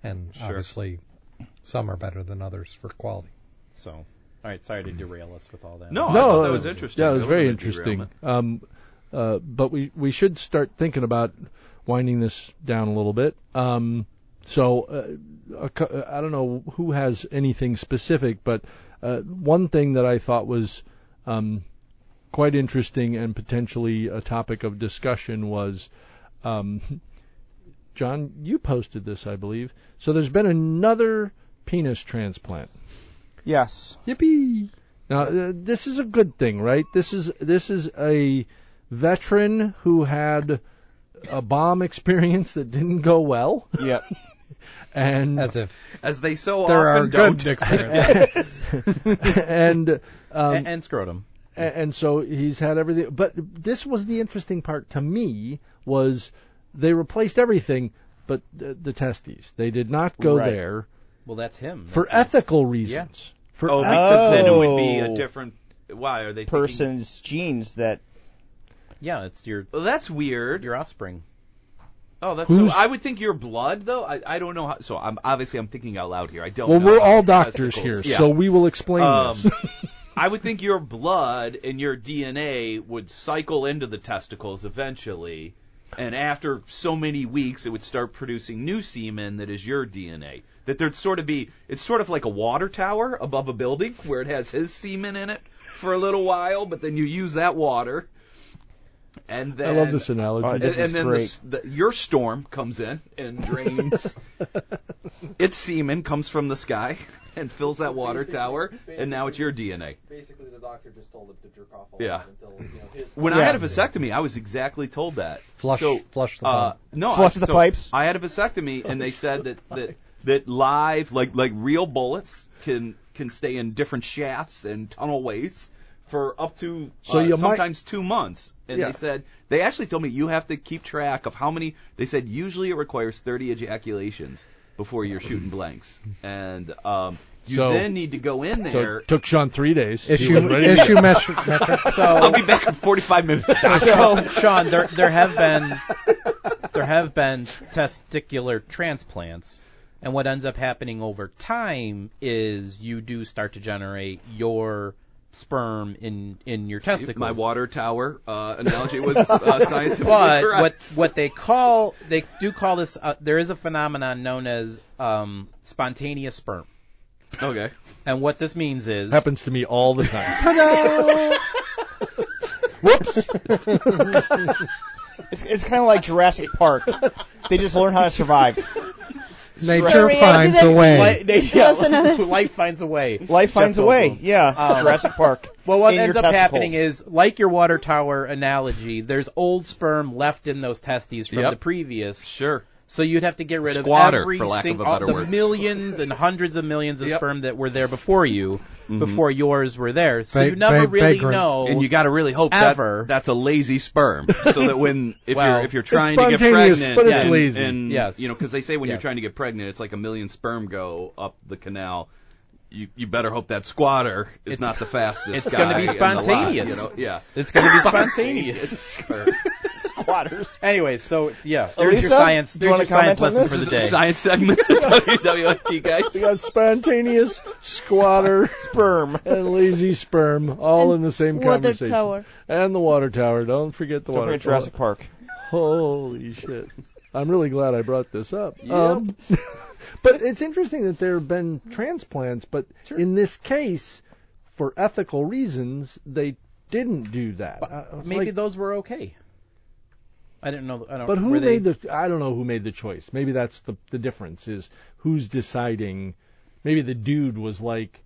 Speaker 5: and obviously some are better than others for quality.
Speaker 6: so, all right, sorry to derail us with all that.
Speaker 2: No, I
Speaker 1: no,
Speaker 2: thought
Speaker 1: that
Speaker 2: that was
Speaker 1: was-
Speaker 2: interesting.
Speaker 1: yeah, it was
Speaker 2: That
Speaker 1: very
Speaker 2: wasn't a
Speaker 1: interesting.
Speaker 2: derailment.
Speaker 1: Um, uh, but we we should start thinking about winding this down a little bit. Um, so uh, a cou- uh, I don't know who has anything specific, but uh, one thing that I thought was um, quite interesting and potentially a topic of discussion was. Um, John, you posted this, I believe. So there's been another penis transplant.
Speaker 3: Yes.
Speaker 1: Yippee! Now uh, this is a good thing, right? This is this is a veteran who had a bomb experience that didn't go well,
Speaker 3: Yep.
Speaker 1: and
Speaker 5: As if
Speaker 2: As they so
Speaker 5: there
Speaker 2: often
Speaker 5: are
Speaker 2: don't.
Speaker 5: good experiences.
Speaker 1: and
Speaker 6: A- and, scrotum.
Speaker 1: and, and so he's had everything. But this was the interesting part to me was they replaced everything, but the, the testes. They did not go
Speaker 3: Right.
Speaker 1: there
Speaker 6: Well, that's him.
Speaker 1: for
Speaker 6: That's his-
Speaker 1: ethical reasons. For
Speaker 2: Oh,
Speaker 1: eth-
Speaker 2: because then it would be a
Speaker 3: Oh.
Speaker 2: different. Why are they thinking-
Speaker 3: Person's genes that
Speaker 6: Yeah, it's your
Speaker 2: Well, that's weird.
Speaker 6: your offspring.
Speaker 2: Oh, that's
Speaker 1: Who's-
Speaker 2: so. I would think your blood, though. I, I don't know. How, so I'm obviously I'm thinking out loud here. I don't.
Speaker 1: well,
Speaker 2: know
Speaker 1: we're
Speaker 2: about
Speaker 1: all
Speaker 2: the
Speaker 1: doctors here,
Speaker 2: testicles. Yeah.
Speaker 1: so we will explain
Speaker 2: Um,
Speaker 1: this.
Speaker 2: I would think your blood and your DNA would cycle into the testicles eventually, and after so many weeks, it would start producing new semen that is your DNA. That there'd sort of be. It's sort of like a water tower above a building where it has his semen in it for a little while, but then you use that water. And
Speaker 1: I
Speaker 2: then
Speaker 1: love this analogy.
Speaker 3: Uh, This
Speaker 2: and,
Speaker 3: is
Speaker 2: and then
Speaker 3: great.
Speaker 2: this- the, your storm comes in and drains. its semen comes from the sky and fills that water
Speaker 7: Basically-
Speaker 2: tower, and now it's your DNA.
Speaker 7: Basically, the doctor just told him to jerk off a lot
Speaker 2: Yeah.
Speaker 7: until you know his.
Speaker 2: When I
Speaker 5: Yeah.
Speaker 2: had a vasectomy, I was exactly told that.
Speaker 5: Flush-
Speaker 2: so,
Speaker 5: flush the
Speaker 2: uh,
Speaker 5: pipe.
Speaker 2: no,
Speaker 3: Flush
Speaker 2: I,
Speaker 3: the
Speaker 2: so
Speaker 3: pipes.
Speaker 2: I had a vasectomy, and they
Speaker 1: Oh,
Speaker 2: said that that that live, like like real bullets, can can stay in different shafts and tunnel ways for up to
Speaker 1: So
Speaker 2: uh,
Speaker 1: you might-
Speaker 2: sometimes two months. And
Speaker 1: Yeah.
Speaker 2: they said they actually told me you have to keep track of how many. They said usually it requires 30 ejaculations before you're shooting blanks, and um, you
Speaker 1: So-
Speaker 2: then need to go
Speaker 1: So
Speaker 2: in there.
Speaker 1: it took Sean three days. He was
Speaker 5: Issue
Speaker 1: ready to
Speaker 5: issue mesh- metric.
Speaker 2: I'll
Speaker 6: So
Speaker 2: be back in 45 minutes.
Speaker 6: So, Sean, there there have been there have been testicular transplants, and what ends up happening over time is you do start to generate your sperm in in your testicles.
Speaker 2: My water tower uh, analogy was uh, scientifically
Speaker 6: but
Speaker 2: correct.
Speaker 6: what what they call they do call this uh, there is a phenomenon known as um, spontaneous sperm,
Speaker 2: Okay.
Speaker 6: and what this means is
Speaker 1: happens to me all the time.
Speaker 3: It's, it's kind of like Jurassic Park. They just learn how to survive.
Speaker 5: Nature
Speaker 4: Created
Speaker 5: finds a
Speaker 4: it.
Speaker 5: way.
Speaker 6: Li- they-
Speaker 4: That was
Speaker 6: yeah,
Speaker 4: another-
Speaker 6: life finds a way.
Speaker 3: Life finds a way. Yeah,
Speaker 6: Um,
Speaker 3: Jurassic Park.
Speaker 6: Well, what
Speaker 3: In your
Speaker 6: ends up
Speaker 3: testicles.
Speaker 6: happening is, like your water tower analogy, there's old sperm left in those testes from
Speaker 2: Yep.
Speaker 6: the previous.
Speaker 2: Sure.
Speaker 6: So you'd have to get rid of
Speaker 2: Squatter,
Speaker 6: every
Speaker 2: for lack of
Speaker 6: sing-
Speaker 2: a
Speaker 6: all
Speaker 2: better
Speaker 6: the
Speaker 2: word.
Speaker 6: millions and hundreds of millions of
Speaker 2: Yep. Mm-hmm.
Speaker 6: sperm that were there before you, before yours were there. So
Speaker 5: Ba-
Speaker 6: you never
Speaker 5: ba-
Speaker 6: really
Speaker 5: vagrant.
Speaker 6: know.
Speaker 2: And you got to really hope
Speaker 6: Ever.
Speaker 2: that that's a lazy sperm, so that when if
Speaker 6: Well,
Speaker 2: you're if you're trying to get
Speaker 1: spontaneous,
Speaker 2: pregnant,
Speaker 1: but it's
Speaker 2: and,
Speaker 1: lazy.
Speaker 2: and
Speaker 6: Yes.
Speaker 2: you know, because they say when you're
Speaker 6: Yes.
Speaker 2: trying to get pregnant, it's like a million sperm go up the canal. You you better hope that squatter is
Speaker 6: It's-
Speaker 2: not the fastest.
Speaker 6: it's
Speaker 2: going
Speaker 6: gonna
Speaker 2: to
Speaker 6: be
Speaker 2: you
Speaker 6: spontaneous.
Speaker 2: know? Yeah.
Speaker 6: it's going to be spontaneous.
Speaker 2: Sperm.
Speaker 3: squatters.
Speaker 6: anyway, so yeah, there's your
Speaker 3: Elisa,
Speaker 6: science.
Speaker 3: do you
Speaker 6: There's
Speaker 3: wanna
Speaker 6: your science
Speaker 3: comment on
Speaker 6: lesson
Speaker 3: this?
Speaker 6: for
Speaker 2: This
Speaker 6: the
Speaker 2: is a
Speaker 6: day.
Speaker 2: science segment at WWIT, guys.
Speaker 1: A spontaneous squatter
Speaker 3: Sperm.
Speaker 1: and lazy sperm all in the same
Speaker 4: Water
Speaker 1: conversation.
Speaker 4: tower.
Speaker 1: And the water tower. Don't forget the
Speaker 3: Don't
Speaker 1: water
Speaker 3: forget
Speaker 1: tower.
Speaker 3: Jurassic Park.
Speaker 1: Holy shit. I'm really glad I brought this up. Um, but it's interesting that there have been transplants, but in this case, for ethical reasons, they didn't do that. I- I was
Speaker 6: Maybe
Speaker 1: like,
Speaker 6: those were okay. I didn't know. I don't.
Speaker 1: but who
Speaker 6: were they-
Speaker 1: made the? I don't know who made the choice. Maybe that's the the difference is who's deciding. Maybe the dude was like,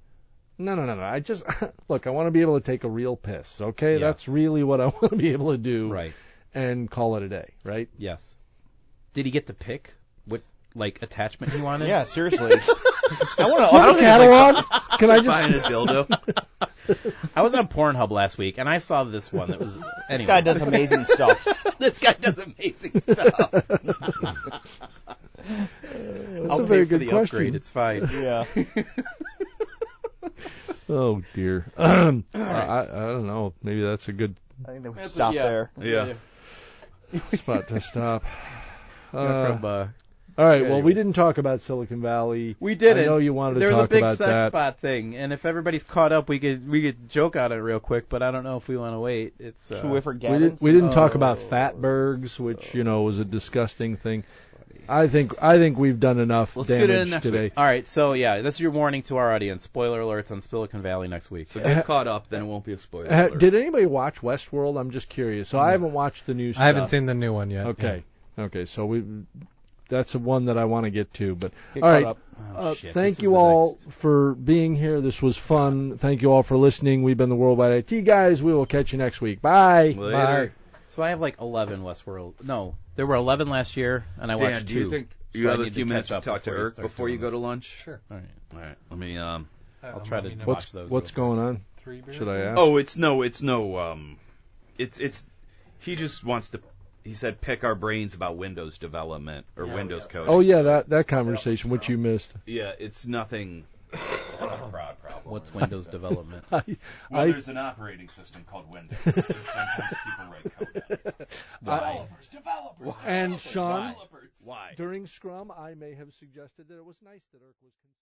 Speaker 1: no, no, no, no. I just look. I want to be able to take a real piss. Okay,
Speaker 6: Yes.
Speaker 1: that's really what I want to be able to do.
Speaker 6: Right.
Speaker 1: And call it a day. Right.
Speaker 6: Yes. Did he get to pick what like attachment he wanted?
Speaker 3: Yeah, seriously. I want to.
Speaker 1: Look at catalog. Can I just?
Speaker 2: Buying a dildo.
Speaker 6: I was on Pornhub last week and I saw this one that was. Anyway.
Speaker 3: This guy does amazing stuff.
Speaker 6: this guy does amazing stuff. I'll
Speaker 1: a
Speaker 6: pay
Speaker 1: very
Speaker 6: for
Speaker 1: good
Speaker 6: the
Speaker 1: question.
Speaker 6: upgrade. It's fine.
Speaker 3: Yeah.
Speaker 1: Oh dear. Um, I, I don't know. Maybe that's a good
Speaker 3: I think they would stop there.
Speaker 2: Yeah.
Speaker 1: spot to stop.
Speaker 6: Went
Speaker 1: Uh,
Speaker 6: from, uh,
Speaker 1: all right. Well,
Speaker 6: anyway.
Speaker 1: we didn't talk about Silicon Valley.
Speaker 6: we did
Speaker 1: I
Speaker 6: it.
Speaker 1: know you wanted to
Speaker 6: there was
Speaker 1: talk
Speaker 6: a big
Speaker 1: about
Speaker 6: sex
Speaker 1: that.
Speaker 6: spot thing, and if everybody's caught up, we could we could joke on it real quick. But I don't know if we want to wait. It's uh,
Speaker 3: Should we forget?
Speaker 1: We didn't, we didn't talk about
Speaker 6: Oh,
Speaker 1: fatbergs, which you know was a disgusting thing. I think I think we've done enough
Speaker 2: Let's get it in
Speaker 1: damage
Speaker 2: next
Speaker 1: today.
Speaker 6: all right. So yeah, that's your warning to our audience. Spoiler alerts on Silicon Valley next week.
Speaker 2: So get caught up, then it won't be a spoiler.
Speaker 1: Uh,
Speaker 2: alert.
Speaker 1: did anybody watch Westworld? I'm just curious. So I haven't watched the new. Stuff.
Speaker 5: I haven't seen the new one yet.
Speaker 1: Okay, okay. So we that's the one that I want to get to. But
Speaker 3: Get
Speaker 1: all
Speaker 3: caught
Speaker 1: right.
Speaker 3: up.
Speaker 1: Uh,
Speaker 6: Oh, shit, this
Speaker 1: thank
Speaker 6: is
Speaker 1: you
Speaker 6: the
Speaker 1: all for being here. This was fun. Thank you all for listening. We've been the Worldwide IT guys. We will catch you next week. Bye.
Speaker 2: Later.
Speaker 1: Bye.
Speaker 6: So I have like 11 Westworld. No, there were 11 last year, and I
Speaker 2: Dan,
Speaker 6: watched
Speaker 2: do
Speaker 6: two.
Speaker 2: you think you
Speaker 6: So I
Speaker 2: have a
Speaker 6: need
Speaker 2: few
Speaker 6: to
Speaker 2: minutes
Speaker 6: catch
Speaker 2: to talk
Speaker 6: up
Speaker 2: to
Speaker 6: before you
Speaker 2: Eric
Speaker 6: start
Speaker 2: before you
Speaker 6: doing
Speaker 2: go to
Speaker 6: this.
Speaker 2: lunch? Sure.
Speaker 6: All right.
Speaker 2: All right. Let me. Um.
Speaker 6: I'll try to
Speaker 1: What's
Speaker 6: watch those.
Speaker 1: what's going on? Should I ask?
Speaker 2: Oh, it's no, it's no. Um, it's it's. He just wants to. He said, pick our brains about Windows development or Windows coding.
Speaker 1: Oh yeah, that that conversation which you missed.
Speaker 2: Yeah, it's nothing. It's not a prod problem.
Speaker 6: What's Windows development?
Speaker 2: well,
Speaker 1: I-
Speaker 2: there's an operating system called Windows. and sometimes people write code. out of it. Developers, developers,
Speaker 1: And
Speaker 2: developers,
Speaker 1: Sean-
Speaker 2: developers.
Speaker 6: Why?
Speaker 1: During Scrum, I may have suggested that it was nice that Irk was.